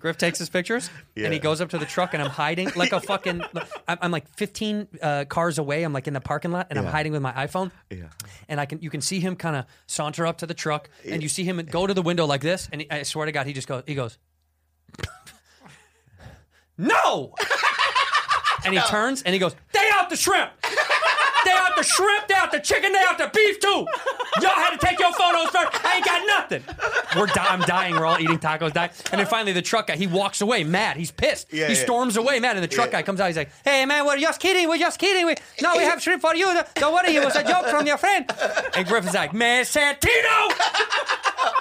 Griff takes his pictures, and he Yeah. goes up to the truck, and I'm hiding like a fucking. I'm, I'm like 15 uh, cars away. I'm like in the parking lot, and I'm hiding with my iPhone. Yeah. And I can you can see him kind of saunter up to the truck, and you see him go to the window like this, and he, I swear to God, he just goes. He goes. No. and he turns and he goes, "They out the shrimp." They out the shrimp, they out the chicken, they out the beef too. Y'all had to take your photos first. I ain't got nothing. We're di- I'm dying. We're all eating tacos, dying. And then finally, the truck guy he walks away mad. He's pissed. Yeah, he yeah. storms away mad, and the truck guy comes out. He's like, "Hey man, we're just kidding. We're just kidding. We, no, we have shrimp for you. Don't worry, it was a joke from your friend." And Griffin's like, "Man, Santino,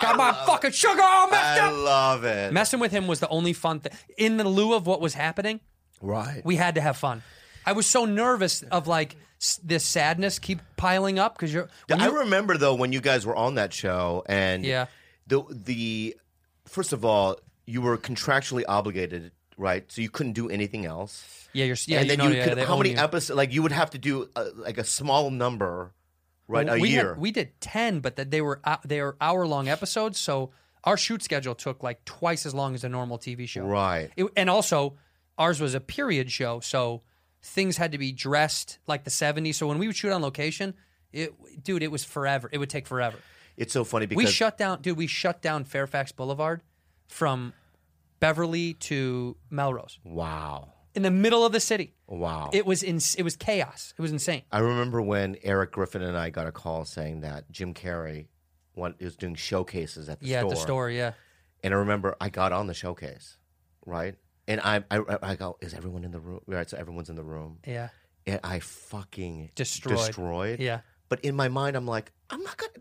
got my fucking sugar all messed I up." love it. Messing with him was the only fun thing. In the lieu of what was happening, right. we had to have fun. I was so nervous of like s- this sadness keep piling up because you're. Yeah, when I you- remember though when you guys were on that show and Yeah. the the first of all you were contractually obligated right so you couldn't do anything else yeah, you're. Yeah, and you then know, yeah, could they how own many you. episodes like you would have to do uh like a small number right a we had- year we did ten, but that they were hou- they were hour long episodes, so our shoot schedule took like twice as long as a normal TV show. right It, and also, ours was a period show, so things had to be dressed like the '70s. So when we would shoot on location, it dude, it was forever. It would take forever. it's so funny because We shut down, dude. We shut down Fairfax Boulevard from Beverly to Melrose wow in the middle of the city. wow It was in, it was chaos. It was insane. I remember when Eric Griffin and I got a call saying that Jim Carrey one, was doing showcases at the yeah, store at the store. Yeah, And I remember I got on the showcase, right? And I, I, I go, is everyone in the room? Right, so everyone's in the room. yeah, And I fucking Destroyed. destroyed. yeah, But in my mind, I'm like, I'm not gonna.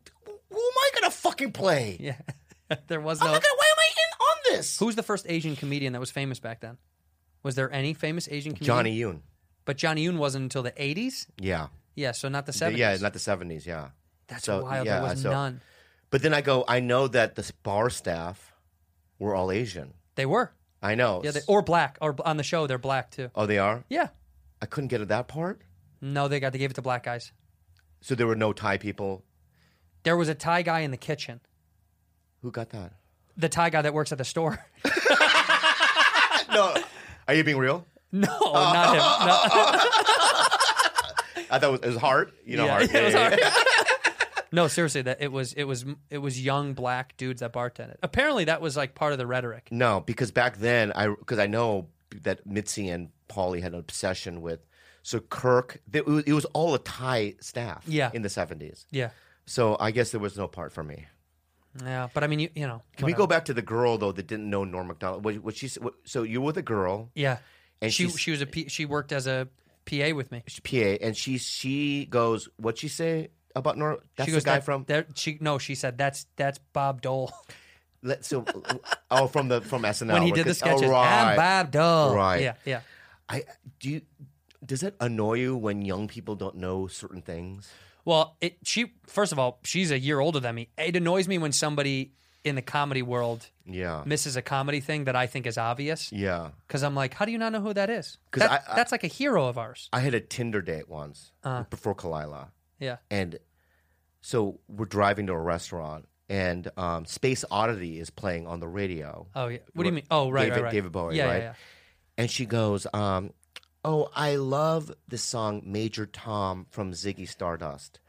Who am I gonna fucking play? yeah. there was I'm no. not gonna. Why am I in on this? Who's the first Asian comedian that was famous back then? Was there any famous Asian comedian? Johnny Yoon? but Johnny Yoon wasn't until the '80s. Yeah, Yeah, so not the The- '70s. yeah, not the '70s. Yeah, that's so, wild. yeah, there was so- none. But then I go, I know that the bar staff were all Asian. They were. I know. Yeah, they, or black. Or on the show, they're black too. oh, they are. Yeah. I couldn't get at that part. No, they got. They gave it to black guys. So there were no Thai people. There was a Thai guy in the kitchen. Who got that? The Thai guy that works at the store. no. Are you being real? no, not him. No. I thought it was, it was hard. You know, hard. it was hard. no, seriously, that it was it was it was young black dudes that bartended. Apparently, that was like part of the rhetoric. No, because back then I because I know that Mitzi and Paulie had an obsession with so Kirk. they- It was, it was all a Thai staff. Yeah. in the seventies. Yeah, So I guess there was no part for me. yeah. But I mean, you you know, Can we go back to the girl though that didn't know Norm Macdonald? What, what she s- what, so you were the girl Yeah, And she she's- she was a P, she worked as a PA with me. PA, and she she goes what she say about Norm? That's she goes the guy "That- from that- she no, she said that's that's Bob Dole let, so oh from the from SNL when he did the because- oh, sketches. Ah, I'm right. Bob Dole. Right. Yeah, yeah. I do. You, does that annoy you when young people don't know certain things? Well, it, she first of all, she's a year older than me. It annoys me when somebody in the comedy world Yeah. misses a comedy thing that I think is obvious. Yeah. Because I'm like, how do you not know who that is? 'Cause That, I- I- that's like a hero of ours. I had a Tinder date once Uh. before Kalila. Yeah. And so we're driving to a restaurant, and um, Space Oddity is playing on the radio. Oh yeah. What do you mean? Oh right, David, right, right. David Bowie, Yeah, yeah, right? yeah. And she goes, um, "Oh, I love the song Major Tom from Ziggy Stardust,"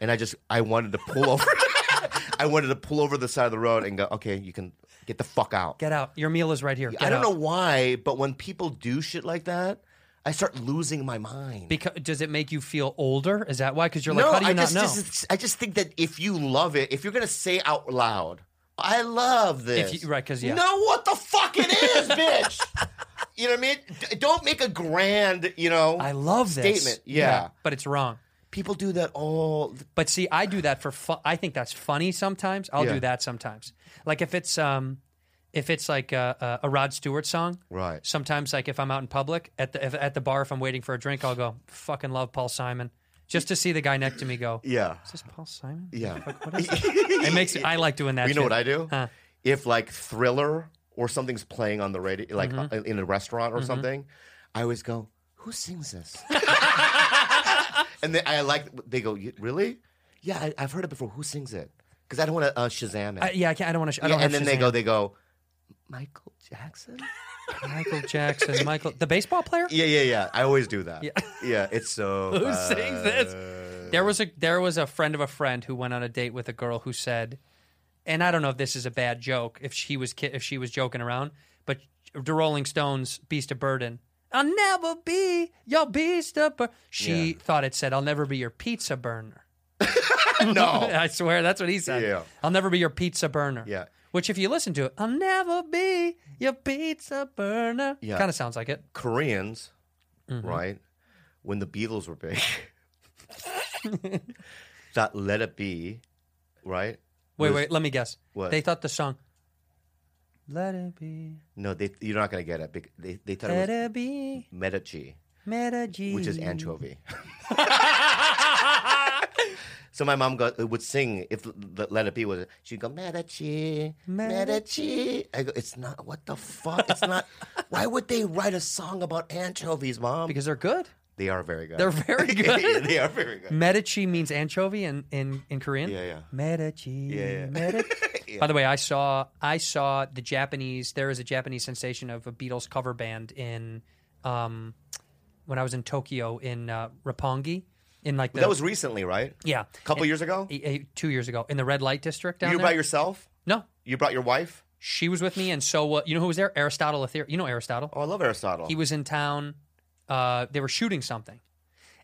and I just I wanted to pull over. I wanted to pull over the side of the road and go, "Okay, you can get the fuck out." Get out. Your meal is right here. Get I don't out. know why, but when people do shit like that, I start losing my mind. Because does it make you feel older? Is that why? Because you're no, like, how do you I not just, know? just- I just think that if you love it, if you're gonna say out loud, "I love this," If you- right, 'cause, yeah. know what the fuck it is, bitch. You know what I mean? D- don't make a grand, you know. I love this statement. Yeah. but it's wrong. people do that all. But see, I do that for fun. I think that's funny sometimes. I'll Yeah. do that sometimes. Like if it's um, if it's like a, a, a Rod Stewart song, Right. Sometimes, like if I'm out in public at the if, at the bar, if I'm waiting for a drink, I'll go fucking love Paul Simon just to see the guy next to me go. Yeah, Is this Paul Simon? yeah. It makes I like doing that. you know shit. what I do? Huh. If like Thriller or something's playing on the radio, like Mm-hmm. uh, in a restaurant or something, I always go, "Who sings this?" and then I like they go, "You- "Really? Yeah, I, I've heard it before. Who sings it?" Because I don't want to uh, Shazam it. I, yeah, I, can't, I don't want to. Sh- I Yeah, don't and have then they Shazam. go, "They go, Michael Jackson." Michael Jackson, Michael, the baseball player. yeah, yeah, yeah. I always do that. Yeah, it's so. uh, Who sings this? There was a there was a friend of a friend who went on a date with a girl who said, and I don't know if this is a bad joke, if she was ki- if she was joking around, but the Rolling Stones "Beast of Burden." I'll never be your beast of burden. She thought it said, "I'll never be your pizza burner." no. I swear that's what he said. Oh. Yeah. I'll never be your pizza burner. Yeah. Which, if you listen to it, I'll never be your pizza burner. Yeah. Kind of sounds like it. Koreans, Mm-hmm. right? When the Beatles were big, that "Let It Be," right? Wait, was- wait. Let me guess. What? They thought the song. Let it be. No, they, you're not gonna get it. bec- They, they thought Let it was it be. Medici, Meta G. which is anchovy. so my mom got, would sing if the "Let It Be" was. She'd go Medici, Medici. I go, it's not. What the fuck? It's not. why would they write a song about anchovies, mom? Because they're good. they are very good. They're very good. they are very good. Medici means anchovy in, in, in Korean. Yeah, yeah. Medici. yeah. Medi- By the way, I saw I saw the Japanese. There is a Japanese sensation of a Beatles cover band in, um, when I was in Tokyo in uh, Roppongi, in like the, That was recently, right? yeah, couple in- years ago? eh, eh, two years ago in the red light district down you there. brought yourself? no, You brought your wife? she was with me, and so uh, you know who was there? Aristotle Aether. You know Aristotle. Oh, I love Aristotle. he was in town. Uh, they were shooting something,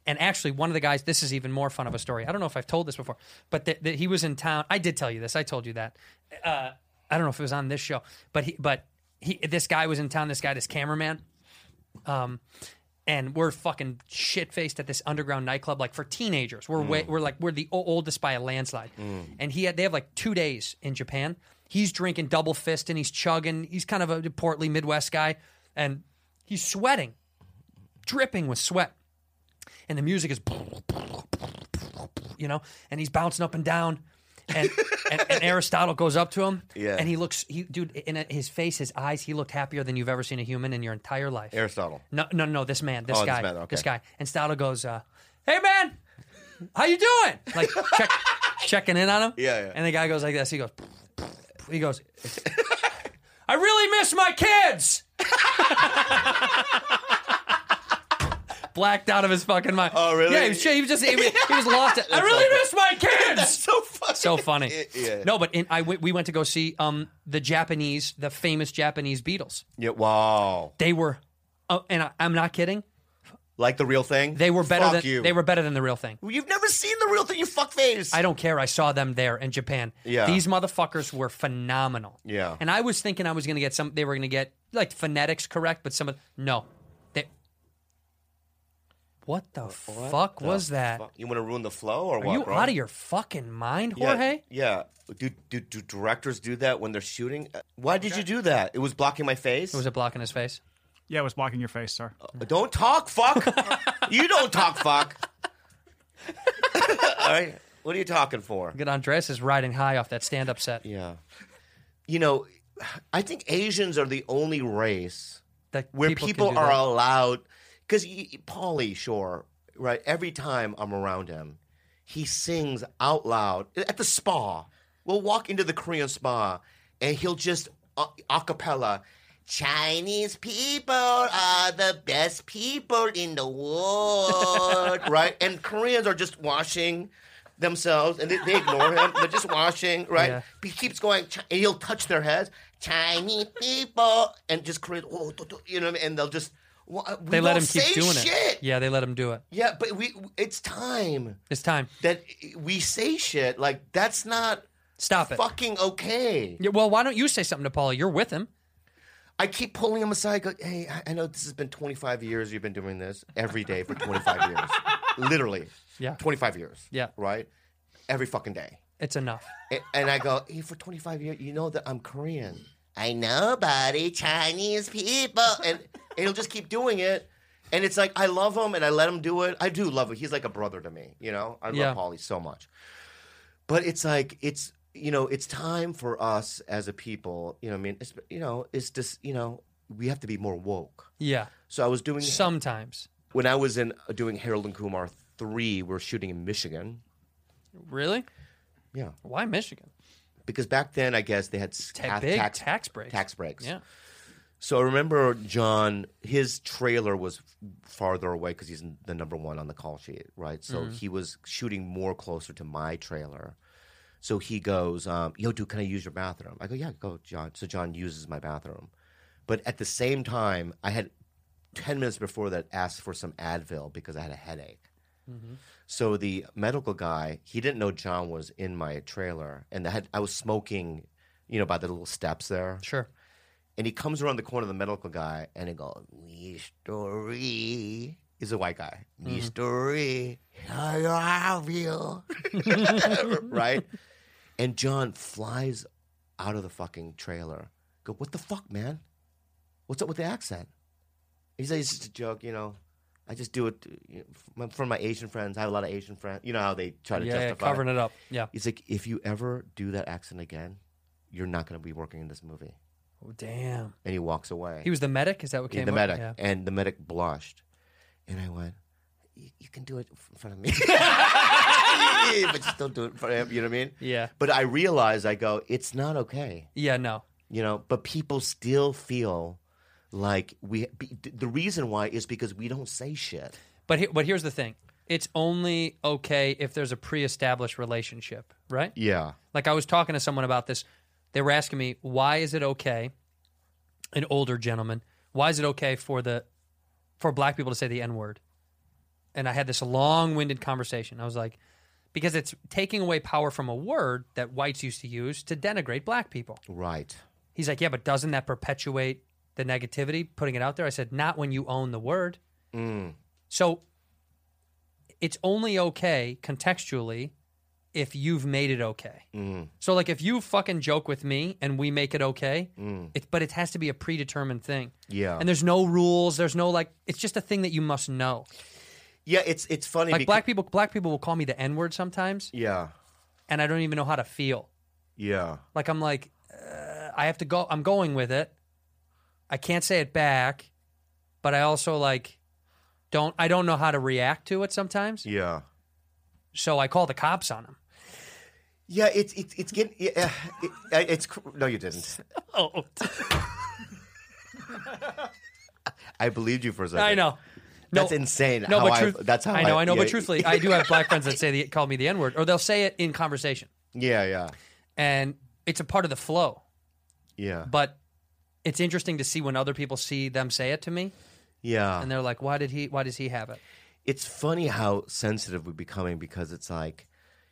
and actually, one of the guys. This is even more fun of a story. I don't know if I've told this before, but that that he was in town. I did tell you this. I told you that. Uh, I don't know if it was on this show, but he, but he, this guy was in town. This guy, this cameraman, um, and we're fucking shit faced at this underground nightclub, like for teenagers. We're way, we're like we're the o- oldest by a landslide, and he had they have like two days in Japan. He's drinking double fist and he's chugging. He's kind of a portly Midwest guy, and he's sweating, dripping with sweat, and the music is, you know, and he's bouncing up and down. And, and, and Aristotle goes up to him, Yeah. and he looks, he, dude, in his face, his eyes, he looked happier than you've ever seen a human in your entire life. Aristotle. No, no, no. This man, this Oh, this guy, this, man, okay. guy. And Stato goes, uh, "Hey, man, how you doing?" Like check, checking in on him. Yeah, yeah. And the guy goes like this. He goes, he goes, "I really miss my kids." Blacked out of his fucking mind. Oh, really? Yeah, he was, he was just he was, he was lost. I really awesome. miss my kids. so funny. so funny. yeah. No, but in, I went- we went to go see um the Japanese, the famous Japanese Beatles. Yeah, wow. They were, oh, and I, I'm not kidding. Like the real thing? They were better Fuck than you. they were better than the real thing. You've never seen the real thing, you fuckface. I don't care. I saw them there in Japan. Yeah. These motherfuckers were phenomenal. Yeah. And I was thinking I was gonna get some they were gonna get like phonetics correct, but some of no. They What the fuck was that? Fuck, You want to ruin the flow or Are what, you bro? out of your fucking mind, yeah, Jorge? Yeah. Do, do, do directors do that when they're shooting? Uh, Why did you do that? It was blocking my face? Was it blocking his face? Yeah, it was blocking your face, sir. don't talk, fuck. you don't talk, fuck. All right. What are you talking for? Good Andres is riding high off that stand up set Yeah. You know, I think Asians are the only race that where people, people, can do are that. allowed. Because Paulie Shore, right? Every time I'm around him, he sings out loud at the spa. We'll walk into the Korean spa, and he'll just uh, a cappella. Chinese people are the best people in the world, right? And Koreans are just washing themselves, and they, they ignore him. They're just washing, right? Yeah. He keeps going, Chi- and he'll touch their heads. Chinese people, and just Koreans, oh, do- do- you know, what I mean? and they'll just wa- we They let don't him keep say doing shit. it. Yeah, they let him do it. Yeah, but we it's time It's time. that we say shit like that's not Stop it. fucking okay. Yeah, well, why don't you say something to Paulie? You're with him. I keep pulling him aside. Go, hey, I- I know this has been 25 years. You've been doing this every day for 25 years, literally. Yeah. 25 years. Yeah. Right. Every fucking day. It's enough. A- And I go, hey, for 25 years, you know that I'm Korean. I know, buddy, Chinese people. And, and he'll just keep doing it. And it's like, I love him and I let him do it. I do love him. He's like a brother to me, you know? I love Yeah. Paulie so much. But it's like, it's, you know, it's time for us as a people, you know, what I mean, it's, you know, it's just, you know, we have to be more woke. Yeah. So I was doing Sometimes. when I was in uh, doing Harold and Kumar 3, we're shooting in Michigan. Really? Yeah. Why Michigan? because back then I guess they had s- Ta- tax, big tax, tax breaks. Tax breaks. Yeah. So I remember John, his trailer was f- farther away because he's n- the number one on the call sheet, right? So Mm-hmm. he was shooting more closer to my trailer. So he goes, um, "Yo, dude, can I use your bathroom?" I go, "Yeah, go, John." So John uses my bathroom, but at the same time, I had ten minutes before that asked for some Advil because I had a headache. Mm-hmm. So the medical guy, he didn't know John was in my trailer, and I, had, I was smoking, you know, by the little steps there. Sure. And he comes around the corner, the medical guy, and he goes, "Me story." He's a white guy. Me story. How you have you? right? And John flies out of the fucking trailer. Go, what the fuck, man? What's up with the accent? He's like, it's just a joke, you know. I just do it you know, from- from my Asian friends. I have a lot of Asian friends. You know how they try to Yeah, yeah, justify covering it up. Yeah. He's like, if you ever do that accent again, you're not going to be working in this movie. Oh, damn. And he walks away. He was the medic. Is that what Yeah, came the up? medic, Yeah. and the medic blushed, and I went, "You, you can do it in front of me, but just don't do it in front of him." You know what I mean? Yeah. But I realize I go, it's not okay, Yeah, no. you know. But people still feel like we. be- The reason why is because we don't say shit. But he, but here's the thing. It's only okay if there's a pre-established relationship, right? Yeah, Like I was talking to someone about this. They were asking me, "Why is it okay an older gentleman? Why is it okay for the for black people to say the N-word?" And I had this long-winded conversation. I was like, "Because it's taking away power from a word that whites used to use to denigrate black people." right. He's like, yeah, but doesn't that perpetuate the negativity, putting it out there? I said, not when you own the word. So it's only okay contextually if you've made it okay. So, like, if you fucking joke with me and we make it okay, it, but it has to be a predetermined thing. Yeah. And there's no rules. There's no, like, it's just a thing that you must know. Yeah, it's it's funny. Like, becau- black people, black people will call me the N word sometimes, Yeah, and I don't even know how to feel. yeah, Like I'm like, uh, I have to go. I'm going with it. I can't say it back, but I also like don't. I don't know how to react to it sometimes. yeah. So I call the cops on him. Yeah, it's it's it's getting. Yeah, it, it's cr- no, you didn't. Oh, I believed you for a second. I know. No, That's insane. No, how but I- truth, that's how I know. I, know, yeah, but truthfully, I do have black friends that say the call me the N word, or they'll say it in conversation, Yeah, yeah, and it's a part of the flow. yeah. But it's interesting to see when other people see them say it to me, Yeah. and they're like, "Why did he? Why does he have it?" it's funny how sensitive we're becoming because it's like,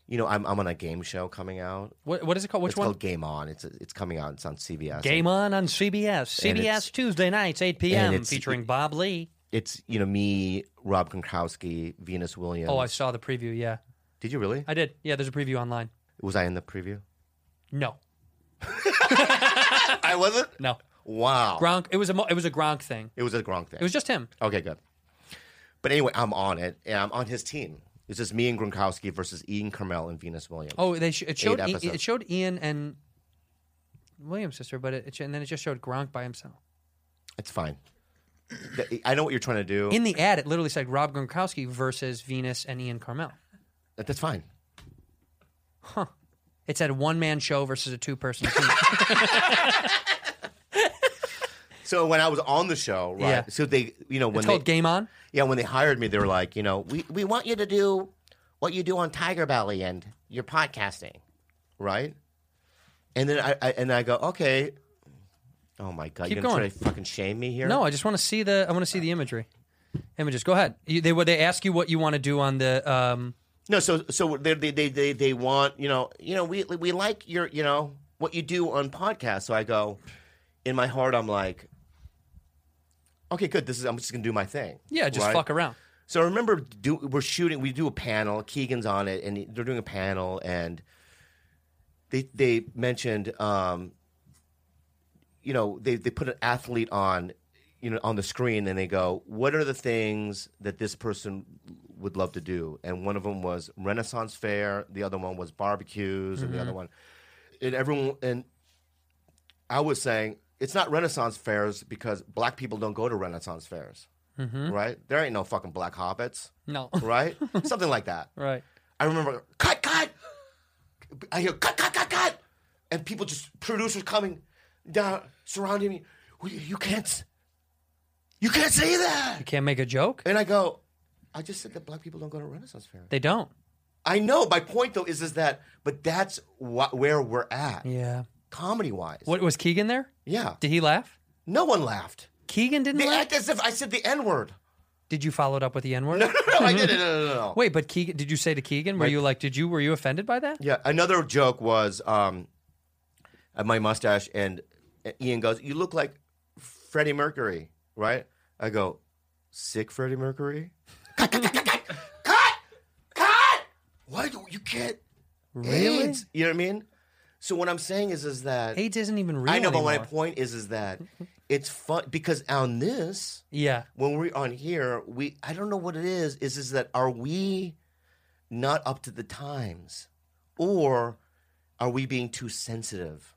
you know, I'm, I'm on a game show coming out. What, what is it called? Which it's one? called Game On. It's it's coming out. It's on CBS. Game on on CBS. And CBS it's- Tuesday nights, 8 p.m. it's- featuring Bob Lee. It's you know me, Rob Gronkowski, Venus Williams. Oh, I saw the preview. Yeah, did you really? I did. Yeah, there's a preview online. Was I in the preview? No, I wasn't. no. Wow. Gronk. It was a mo- it was a Gronk thing. It was a Gronk thing. Oh. It was just him. okay, good. But anyway, I'm on it, and I'm on his team. It's just me and Gronkowski versus Ian Carmel and Venus Williams. Oh, they sh- it showed Eight I- it episodes. showed Ian and Williams' sister, but it, it sh- and then it just showed Gronk by himself It's fine. Th- I know what you're trying to do. in the ad. It literally said Rob Gronkowski versus Venus and Ian Carmel. That- That's fine. It said one man show versus a two person team. So when I was on the show, right? Yeah. So they, you know, when it's they, called Game On. yeah, when they hired me, they were like, you know, we we want you to do what you do on Tiger Belly and your podcasting, right? And then I, I and I go, okay. Oh my god, Keep you're gonna going. try to fucking shame me here? No, I just want to see the I want to see the imagery. Images. Go ahead. You, they they ask you what you want to do on the um, No, so so they they they they, they want you know you know we we like your you know what you do on podcasts. So I go, in my heart, I'm like, okay, good. This is I'm just gonna do my thing. yeah, just right? fuck around. So I remember do, we're shooting. We do a panel. Keegan's on it, and they're doing a panel, and they they mentioned, um, you know, they they put an athlete on, you know, on the screen, and they go, "What are the things that this person would love to do?" And one of them was Renaissance Fair. The other one was barbecues, and the other one, and everyone and I was saying it's not Renaissance fairs because black people don't go to Renaissance fairs, right? There ain't no fucking black hobbits, No. right? Something like that. right. I remember cut, cut. I hear cut, cut, cut, cut, and people just producers coming down, surrounding me. "Well, You can't, s- you can't say that. Can't make a joke. And I go, I just said that black people don't go to Renaissance fairs. They don't. I know. My point though is is that, but that's wh- where we're at, Yeah. comedy wise. What was Keegan there? Yeah. Did he laugh? No one laughed. Keegan didn't They laugh. act as if I said the N word. Did you follow it up with the N word? No, I didn't. No, no, no, no. Wait, but Keegan, did you say to Keegan? Were you like, did you were you offended by that? Yeah, another joke was um, uh, my mustache, and Ian goes, "You look like Freddie Mercury, right?" I go, "Sick Freddie Mercury." cut, cut, cut, cut, cut, cut, cut. Why do you can't? Really? AIDS, you know what I mean? So what I'm saying is, is that AIDS isn't even real. I know, but my anymore. point is, is that it's fun because on this. Yeah. when we're on here, we I don't know what it is. Is is that are we not up to the times, or are we being too sensitive?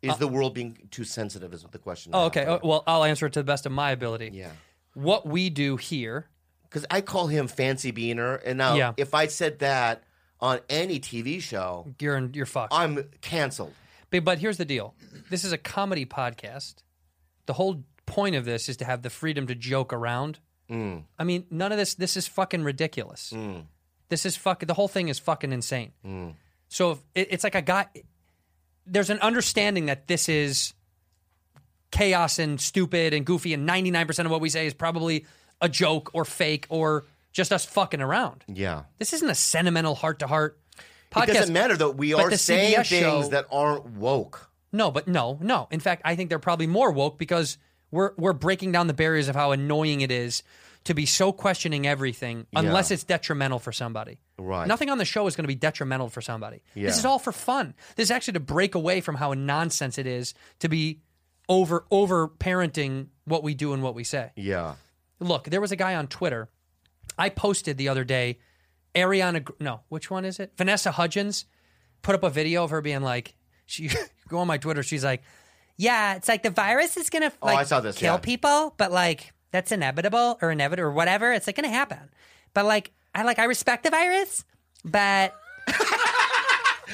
Is the world being too sensitive? Is what the question. Uh, Oh, okay. Oh, well, I'll answer it to the best of my ability. yeah, What we do here, because I call him Fancy Beaner, and now Yeah. if I said that on any TV show, you're in, you're fucked. I'm canceled. But, but here's the deal. This is a comedy podcast. The whole point of this is to have the freedom to joke around. Mm. I mean, none of this. This is fucking ridiculous. This is fucking. The whole thing is fucking insane. Mm. So if, it, it's like I got. There's an understanding that this is chaos and stupid and goofy, and 99% of what we say is probably a joke or fake or just us fucking around. Yeah, This isn't a sentimental heart to heart podcast. it doesn't matter though. We But are the saying CBS things show- that aren't woke. No, but no, no. In fact, I think they're probably more woke because we're we're breaking down the barriers of how annoying it is to be so questioning everything unless it's detrimental for somebody. Right. Nothing on the show is going to be detrimental for somebody. Yeah. This is all for fun. This is actually to break away from how nonsense it is to be over over parenting what we do and what we say. Yeah, Look, there was a guy on Twitter. I posted the other day. Ariana, Gr- no, which one is it? Vanessa Hudgens put up a video of her being like, she go on my Twitter. She's like, yeah, it's like the virus is gonna like Oh, I saw this, kill yeah. people, but like that's inevitable or inevitable or whatever. It's like gonna happen. But like I like I respect the virus, but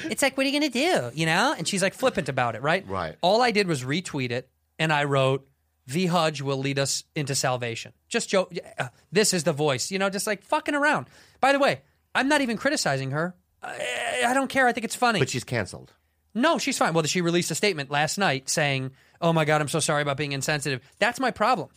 it's like what are you gonna do? You know? And she's like flippant about it, right? Right. All I did was retweet it, and I wrote. The Hudge will lead us into salvation. Just joke. uh, This is the voice, you know, just like fucking around. By the way, I'm not even criticizing her. I, I don't care. I think it's funny. but she's canceled. No, she's fine. Well, she released a statement last night saying, "Oh my god, I'm so sorry about being insensitive." That's my problem.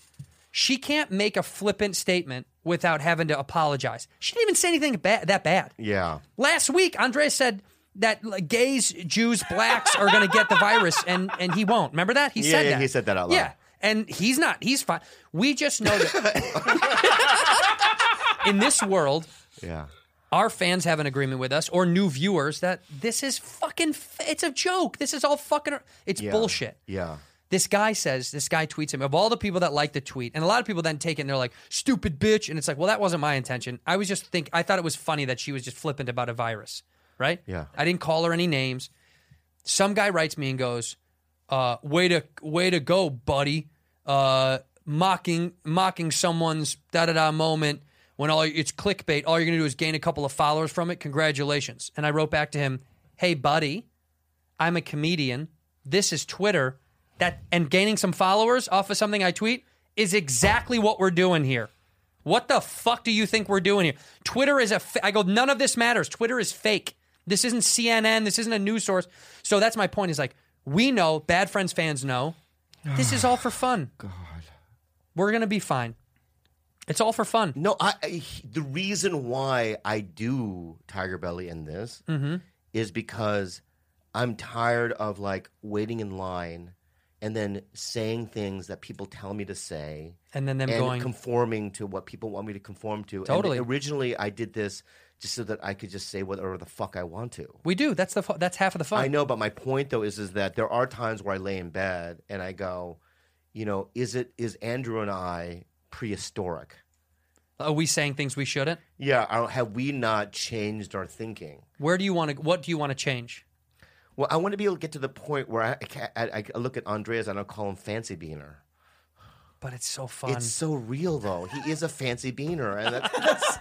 She can't make a flippant statement without having to apologize. She didn't even say anything ba- that bad. Yeah, Last week, Andres said that like, gays, Jews, blacks are going to get the virus, and and he won't. Remember that? He Yeah, said yeah, that. he said that out loud. Yeah, and he's not. He's fine. We just know that in this world, yeah. our fans have an agreement with us or new viewers that this is fucking f- it's a joke this is all fucking it's yeah. bullshit Yeah. This guy says, this guy tweets him, of all the people that like the tweet, and a lot of people then take it and they're like, stupid bitch. And it's like, well, that wasn't my intention. I was just think I thought it was funny that she was just flippant about a virus, right? Yeah. I didn't call her any names. Some guy writes me and goes, uh, way to way to go, buddy. Uh, mocking mocking someone's da da da moment when all it's clickbait. All you're gonna do is gain a couple of followers from it. Congratulations. And I wrote back to him, "Hey, buddy, I'm a comedian. This is Twitter. That and gaining some followers off of something I tweet is exactly what we're doing here. What the fuck do you think we're doing here? Twitter is a. Fa- I go. None of this matters. Twitter is fake. This isn't CNN. This isn't a news source. So that's my point. Is like we know. Bad Friends fans know. This is all for fun. God, we're gonna be fine. It's all for fun. No, I, I the reason why I do Tiger Belly in this is because I'm tired of like waiting in line and then saying things that people tell me to say And then them and going- conforming to what people want me to conform to. And Totally. originally, I did this just so that I could just say whatever the fuck I want to. We do. That's the. fu- That's half of the fun. I know, but my point though is is that there are times where I lay in bed and I go, you know, is it is Andrew and I prehistoric? Are we saying things we shouldn't? Yeah, I don't- have we not changed our thinking? Where do you want to? What do you want to change? Well, I want to be able to get to the point where I, I, ca- I, I look at Andreas and I call him fancy beaner. But it's so fun. It's so real though. He is a fancy beaner, and that's, that's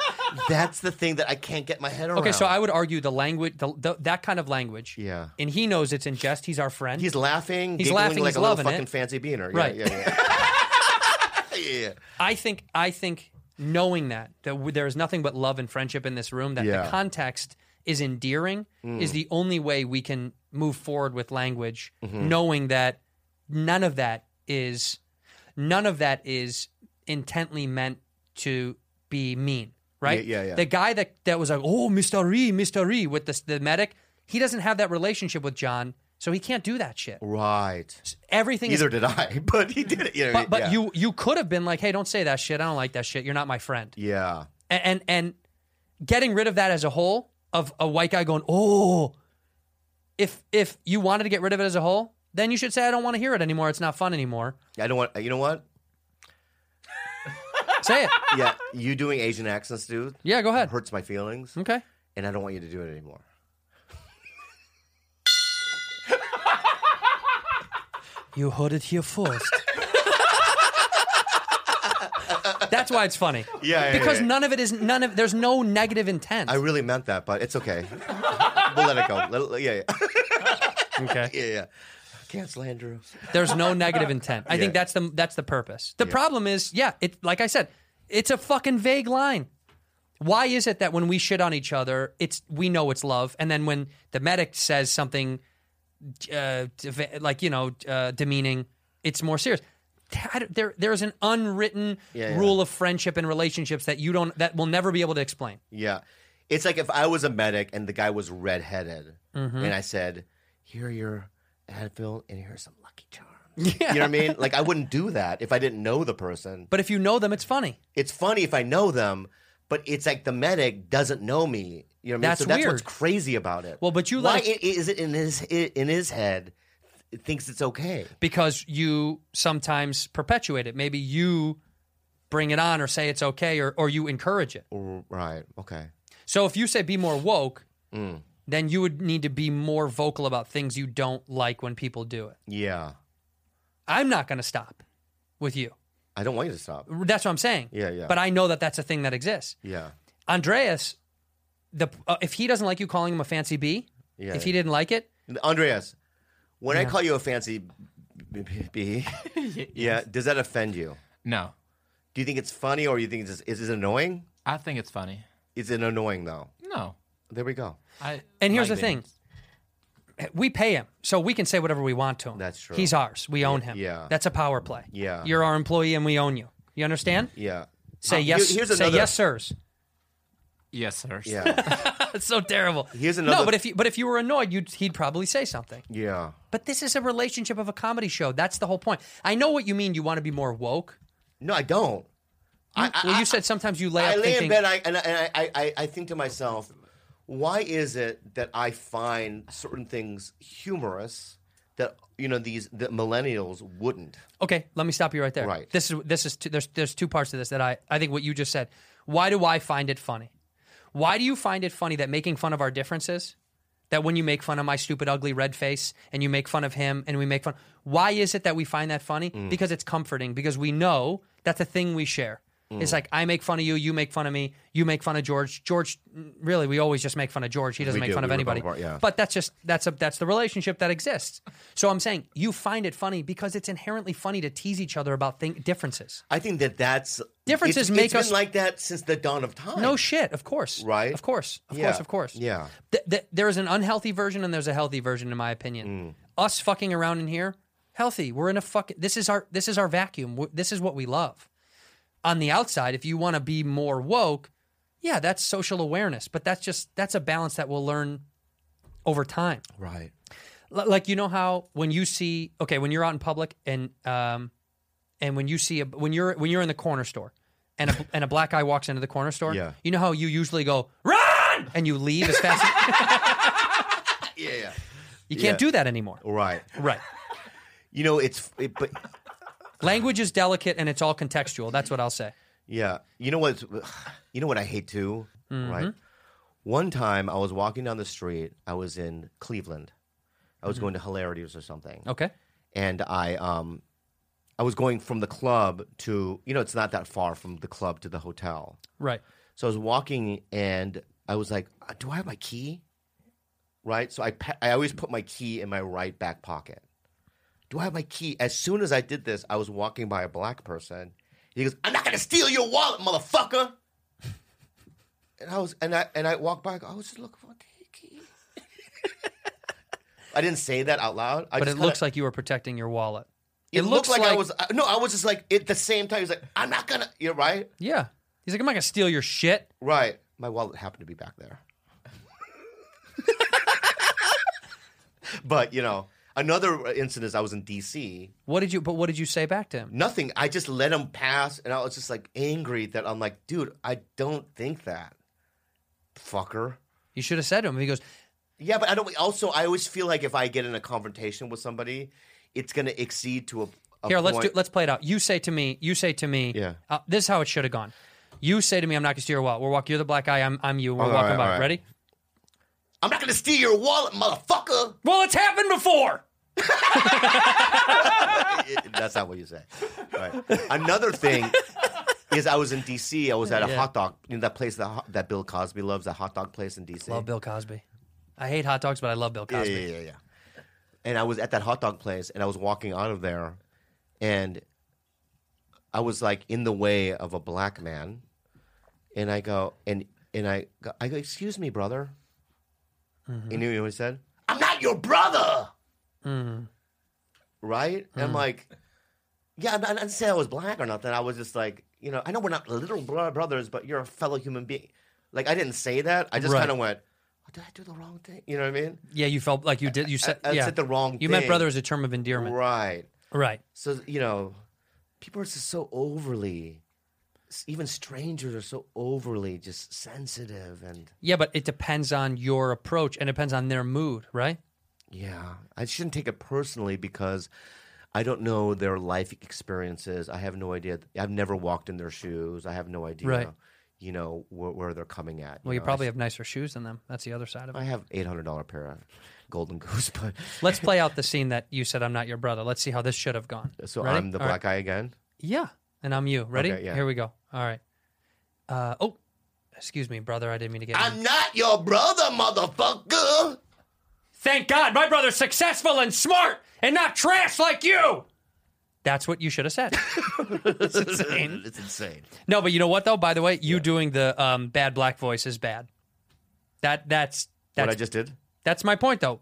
that's the thing that I can't get my head around. okay, so I would argue the language, the, the, that kind of language. Yeah. And he knows it's in jest. He's our friend. he's laughing, He's giggling laughing, like he's a little loving it. fucking fancy beaner. Yeah, Right. Yeah, yeah. yeah. yeah. I think. I think knowing that that w- there is nothing but love and friendship in this room. That Yeah. Mm. the context is endearing is the only way we can move forward with language. Mm-hmm. Knowing that none of that is none of that is intently meant to be mean, right? Yeah, yeah, yeah. The guy that that was like, oh, mystery, mystery, with the the medic, he doesn't have that relationship with John, so he can't do that shit. Right. Everything Neither is. did I, but he did it. You know, But, but yeah. you you could have been like, hey, don't say that shit. I don't like that shit. You're not my friend. yeah, And and, and getting rid of that as a whole of a white guy going, oh, if if you wanted to get rid of it as a whole, then you should say, I don't want to hear it anymore. It's not fun anymore. I don't want. You know what? Say it. Yeah, you doing Asian accents, dude, Yeah, go ahead. hurts my feelings, Okay. and I don't want you to do it anymore. You heard it here first. That's why it's funny. Yeah, yeah, Because yeah. none of it is none of there's no negative intent. I really meant that, but it's okay. we'll let it go. Let it- yeah, yeah, okay. yeah, yeah. Cancel Andrew. There's no negative intent. I think that's the that's the purpose. The problem is, yeah, it like I said, it's a fucking vague line. Why is it that when we shit on each other, it's we know it's love, and then when the medic says something uh, deva- like you know uh, demeaning, it's more serious. Th- I don't- There, there's an unwritten Yeah, yeah. rule of friendship and relationships that you don't that will never be able to explain. Yeah, it's like if I was a medic and the guy was redheaded, Mm-hmm. and I said, "Here are your Advil, and here's some Lucky Charms." You know what I mean? Like I wouldn't do that if I didn't know the person. But if you know them, it's funny. it's funny if I know them, but it's like the medic doesn't know me. You know what I mean? That's so that's what's weird. crazy about it. Well, but you why let it, is it in his in his head th- thinks it's okay? because you sometimes perpetuate it. Maybe you bring it on or say it's okay or, or you encourage it. Right. Okay. So if you say be more woke, Mm. then you would need to be more vocal about things you don't like when people do it. Yeah. I'm not going to stop with you. I don't want you to stop. That's what I'm saying. Yeah, yeah. But I know that that's a thing that exists. Yeah. Andreas, the uh, if he doesn't like you calling him a fancy bee, Yeah. if he didn't like it, Andreas, when I call you a fancy b- b- bee, yeah, does that offend you? No, Do you think it's funny or you think it's just, is it annoying? I think it's funny. Is it annoying though? No, There we go. I. And here's like the thing. beans. we pay him, so we can say whatever we want to him. That's true. He's ours. We own him. yeah. That's a power play. Yeah. You're our employee and we own you. You understand? Yeah. Say Uh, yes. here- here's say another- yes, sirs. Yes, sir. Yeah. That's so terrible. Here's another- No, but if you but if you were annoyed, you'd he'd probably say something. yeah. But this is a relationship of a comedy show. That's the whole point. I know what you mean. You want to be more woke. No, I don't. You- well, you said sometimes you lay I up lay thinking. in bed I, and, I, and I, I, I think to myself, why is it that I find certain things humorous that you know these the millennials wouldn't. Okay, let me stop you right there. Right. This is this is two, there's there's two parts to this that I I think what you just said. Why do I find it funny? Why do you find it funny that making fun of our differences, that when you make fun of my stupid ugly red face and you make fun of him and we make fun, why is it that we find that funny? Because it's comforting. Because we know that's a thing we share. Mm. It's like I make fun of you, you make fun of me, you make fun of George. George, really, we always just make fun of George. He doesn't We make do. fun of We were anybody. both- yeah. But but that's just that's a that's the relationship that exists. So I'm saying you find it funny because it's inherently funny to tease each other about thing, differences. I think that that's Differences it's, make it's been us- like that since the dawn of time. No shit, of course. Right. Of course. Of Yeah. course, of course. Yeah. Th- th- there is an unhealthy version and there's a healthy version in my opinion. Mm. Us fucking around in here, healthy. We're in a fucking this is our this is our vacuum. W- This is what we love. On the outside, if you want to be more woke, yeah, that's social awareness, but that's just that's a balance that we'll learn over time. right. L- like you know how when you see okay when you're out in public and um and when you see a when you're when you're in the corner store and a and a black guy walks into the corner store Yeah. you know how you usually go run and you leave as fast as Yeah, yeah. you can't Yeah. do that anymore Right. right You know, it's it, but language is delicate and it's all contextual that's what I'll say yeah. You know what? You know what I hate too. Right. One time I was walking down the street. I was in Cleveland. I was going to Hilarities or something. okay and I um I was going from the club to you know it's not that far from the club to the hotel. right So I was walking and I was like, uh, do I have my key? Right? So I pa- I always put my key in my right back pocket. Do I have my key? As soon as I did this, I was walking by a black person. He goes, "I'm not going to steal your wallet, motherfucker." and I was and I and I walked by. I, go, I was just looking for a key. I didn't say that out loud. I but it just looks kinda- like you were protecting your wallet it, looked like, I was I- no, I was just like at the same time. He's like, I'm not gonna. You're right, yeah he's like I'm not gonna steal your shit right. My wallet happened to be back there. but you know, another incident is I was in D.C. what did you but what did you say back to him Nothing. I just let him pass, and I was just like angry that I'm like, dude, I don't think that, fucker. you should have said to him he goes Yeah, but I don't. Also, I always feel like if I get in a confrontation with somebody, it's gonna exceed to a. a Here, let's do, point- let's play it out. You say to me, you say to me, Yeah. uh, this is how it should have gone. You say to me, I'm not going to steer your wallet. We're walking. You're the black guy. I'm I'm you. We're All walking right, by. all right. Ready? I'm not gonna steal your wallet, motherfucker. Well, it's happened before. it- that's not what you say. Right. Another thing is I was in D.C. I was at a hot dog, you know, that place that, ho- that Bill Cosby loves, that hot dog place in D.C. Love Oh, Bill Cosby. I hate hot dogs, but I love Bill yeah, Cosby. yeah, yeah, yeah. And I was at that hot dog place, and I was walking out of there, and I was like in the way of a black man, and I go and and I go, I go, excuse me, brother. And you know what he said? I'm not your brother. Right? And I'm like, yeah, I I didn't say I was black or nothing. I was just like, you know, I know we're not literal bro- brothers, but you're a fellow human being. Like, I didn't say that. I just Right. kind of went, oh, did I do the wrong thing? You know what I mean? Yeah, you felt like you did. You said I- I yeah. said the wrong You meant thing. brother as a term of endearment. Right. Right. So, you know, people are just so overly, s- even strangers are so overly just sensitive. And Yeah, but it depends on your approach and it depends on their mood, right? yeah, I shouldn't take it personally because I don't know their life experiences. I have no idea. I've never walked in their shoes. I have no idea, Right. you know, where, where they're coming at. Well, you know. probably have nicer shoes than them. That's the other side of I it. have $800 pair of Golden Goose, but Let's play out the scene that you said I'm not your brother. Let's see how this should have gone. so Ready? I'm the All right. black guy again. Yeah, and I'm you. Ready? Okay, yeah. Here we go. All right. Uh, oh, excuse me, brother. I didn't mean to get. in. not your brother, motherfucker. Thank God, my brother's successful and smart and not trash like you. That's what you should have said. it's insane. no, but you know what though? By the way, you doing the um, bad black voice is bad. That that's that's what I just did? that's my point though.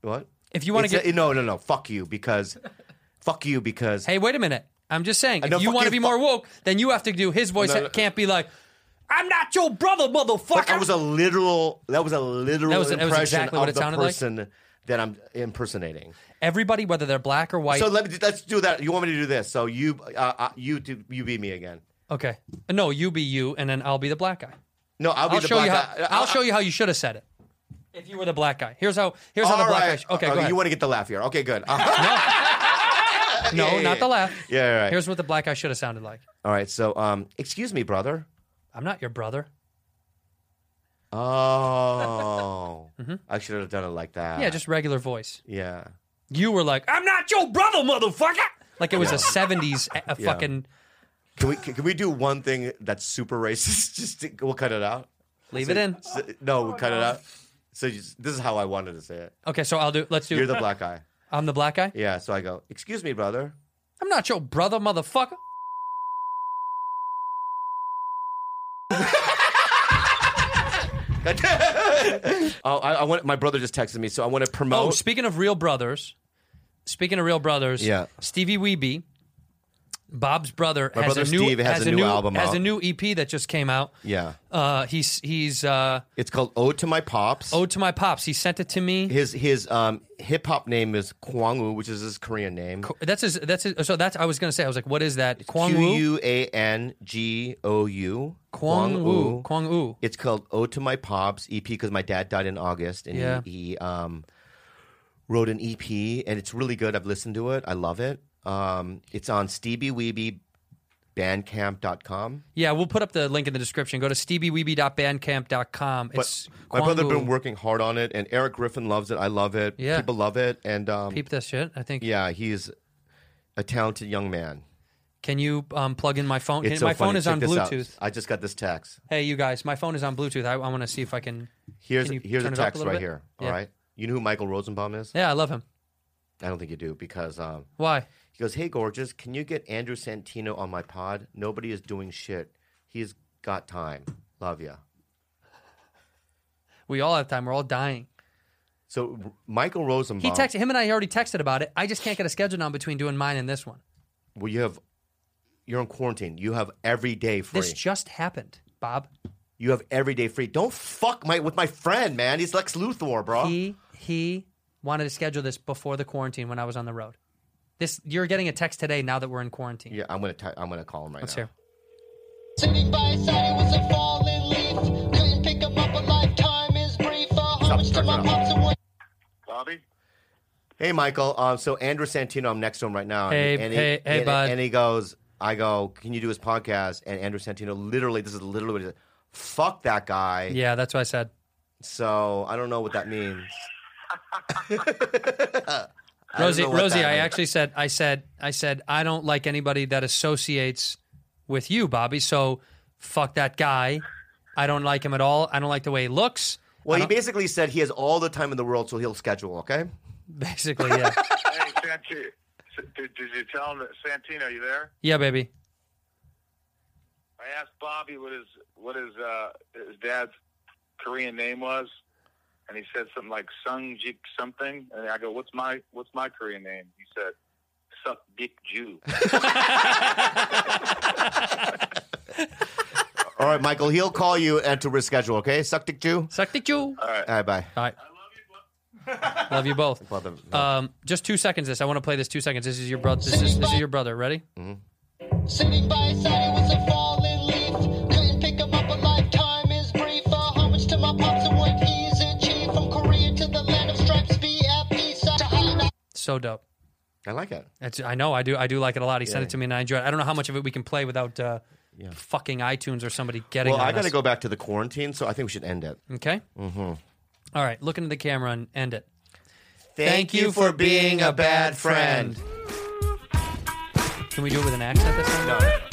What? If you want to It's a- get, no, no, no. Fuck you because, fuck you because. hey, wait a minute. I'm just saying, if know, you fuck want to you, be more fuck- woke, then you have to do his voice. No, no. Can't be like, I'm not your brother, motherfucker. But that was a literal. That was a literal That was- that was impression exactly of what it the sounded like. person that I'm impersonating. Everybody, whether they're black or white, So let me let's do that. You want me to do this? So you, uh, uh, you, do, you be me again. Okay. No, you be you, and then I'll be the black guy. No, I'll be I'll the show black you how. guy. I'll show you how you should have said it. If you were the black guy, here's how. Here's how the black guy. Okay, go ahead. Oh, you want to get the laugh here. Okay, good. no, yeah, not yeah. the laugh. Yeah, right. Here's what the black guy should have sounded like. All right, so um, excuse me, brother. I'm not your brother. Oh, I should have done it like that. Mm-hmm. Yeah, just regular voice. yeah, You were like, I'm not your brother, motherfucker. Like it was a 70s a- a Yeah. fucking. Can we can, can we do one thing that's super racist? Just to, we'll cut it out. Leave it in. So- no, we cut it out. So you, this is how I wanted to say it. Okay, so I'll do. Let's do. You're the black guy. I'm the black guy. Yeah. So I go, excuse me, brother. I'm not your brother, motherfucker. Oh, I, I want my brother just texted me, so I want to Oh, promote. speaking of real brothers, speaking of real brothers, Yeah. Stevie Weeby, Bob's brother, My has brother a new Steve has a new album has out. a new EP that just came out. yeah, Uh, he's he's uh, it's called "Ode to My Pops." Ode to My Pops. He sent it to me. His his um hip hop name is Kwangu, which is his Korean name. that's his. That's his, so. That's I was gonna say. I was like, what is that? Kwang Q Wu. U A N G O U. Kwang Wu. Kwang Wu. It's called "Ode to My Pops" EP because my dad died in August, and Yeah. he, he um wrote an EP, and it's really good. I've listened to it. I love it. Um, it's on Stevie Weeby bandcamp.com Yeah, we'll put up the link in the description. Go to stevieweeby.bandcamp.com. It's but my brother Kwang been Wu. working hard on it and eric griffin loves it i love it Yeah. people love it and um Peep that shit. I think. yeah he's a talented young man Can you um, plug in my phone? it's Can, so my phone funny. is Check on this out. Bluetooth. i just got this text Hey, you guys, my phone is on Bluetooth. I, I want to see if I can. here's Can you here's a turn it up a text little right bit? here Yeah. all right you know who michael rosenbaum is Yeah, I love him. i don't think you do because um Why? He goes, "Hey, gorgeous, can you get Andrew Santino on my pod? Nobody is doing shit. He's got time. Love ya." We all have time. We're all dying. So R- Michael He Rosenbaum. texted him and I already texted about it. I just can't get a schedule now between doing mine and this one. Well, you have. You're in quarantine. You have every day free. This just happened, Bob. you have every day free. Don't fuck my with my friend, man. He's Lex Luthor, bro. He he wanted to schedule this before the quarantine when I was on the road. This you're getting a text today now that we're in quarantine. yeah, I'm gonna t- I'm gonna call him right Let's now. hear. Sitting by his side was a fallen leaf. Couldn't pick him up, a lifetime is brief. A homage to start my it up. pops and what Bobby? Hey, Michael. Um, so Andrew Santino, I'm next to him right now. Hey, and he, hey, hey, and, bud. And he goes, I go, can you do his podcast? And Andrew Santino, literally, this is literally what he said. Fuck that guy. Yeah, that's what I said. So I don't know what that means. I don't Rosie, know what Rosie, that I means. actually said, I said, I said, I don't like anybody that associates with you, Bobby. So fuck that guy. I don't like him at all. I don't like the way he looks. Well, I he don't- basically said he has all the time in the world, so he'll schedule. Okay. basically, yeah, Hey, Santi, did, did you tell him that Santino? You there? yeah, baby. I asked Bobby what his what his uh, his dad's Korean name was, and he said something like Sung Jik something. And I go, "What's my what's my Korean name?" He said, "Suck Dick Jew." All right, Michael. He'll call you and to reschedule. Okay. Suck dick Jew. Suck dick, you. All All right. Bye. right. Love you both. Well, the- Um, just two seconds. This I want to play this. Two seconds. This is your brother. This is this is your brother. Ready? Mm. Sitting by his side was a fallen leaf. Couldn't pick him up, a lifetime is brief. A homage to my pops and what he's achieved. From Korea to the land of stripes, be at peace. I- I- So dope. I like it. It's, I know. I do. I do like it a lot. He sent it to me, and I enjoy it. I don't know how much of it we can play without uh, fucking iTunes or somebody getting. Well, on I got to us. go back to the quarantine, so I think we should end it. Okay. Mm-hmm. right. Look into the camera and end it. Thank you for being a bad friend. Can we do it with an accent this time? No.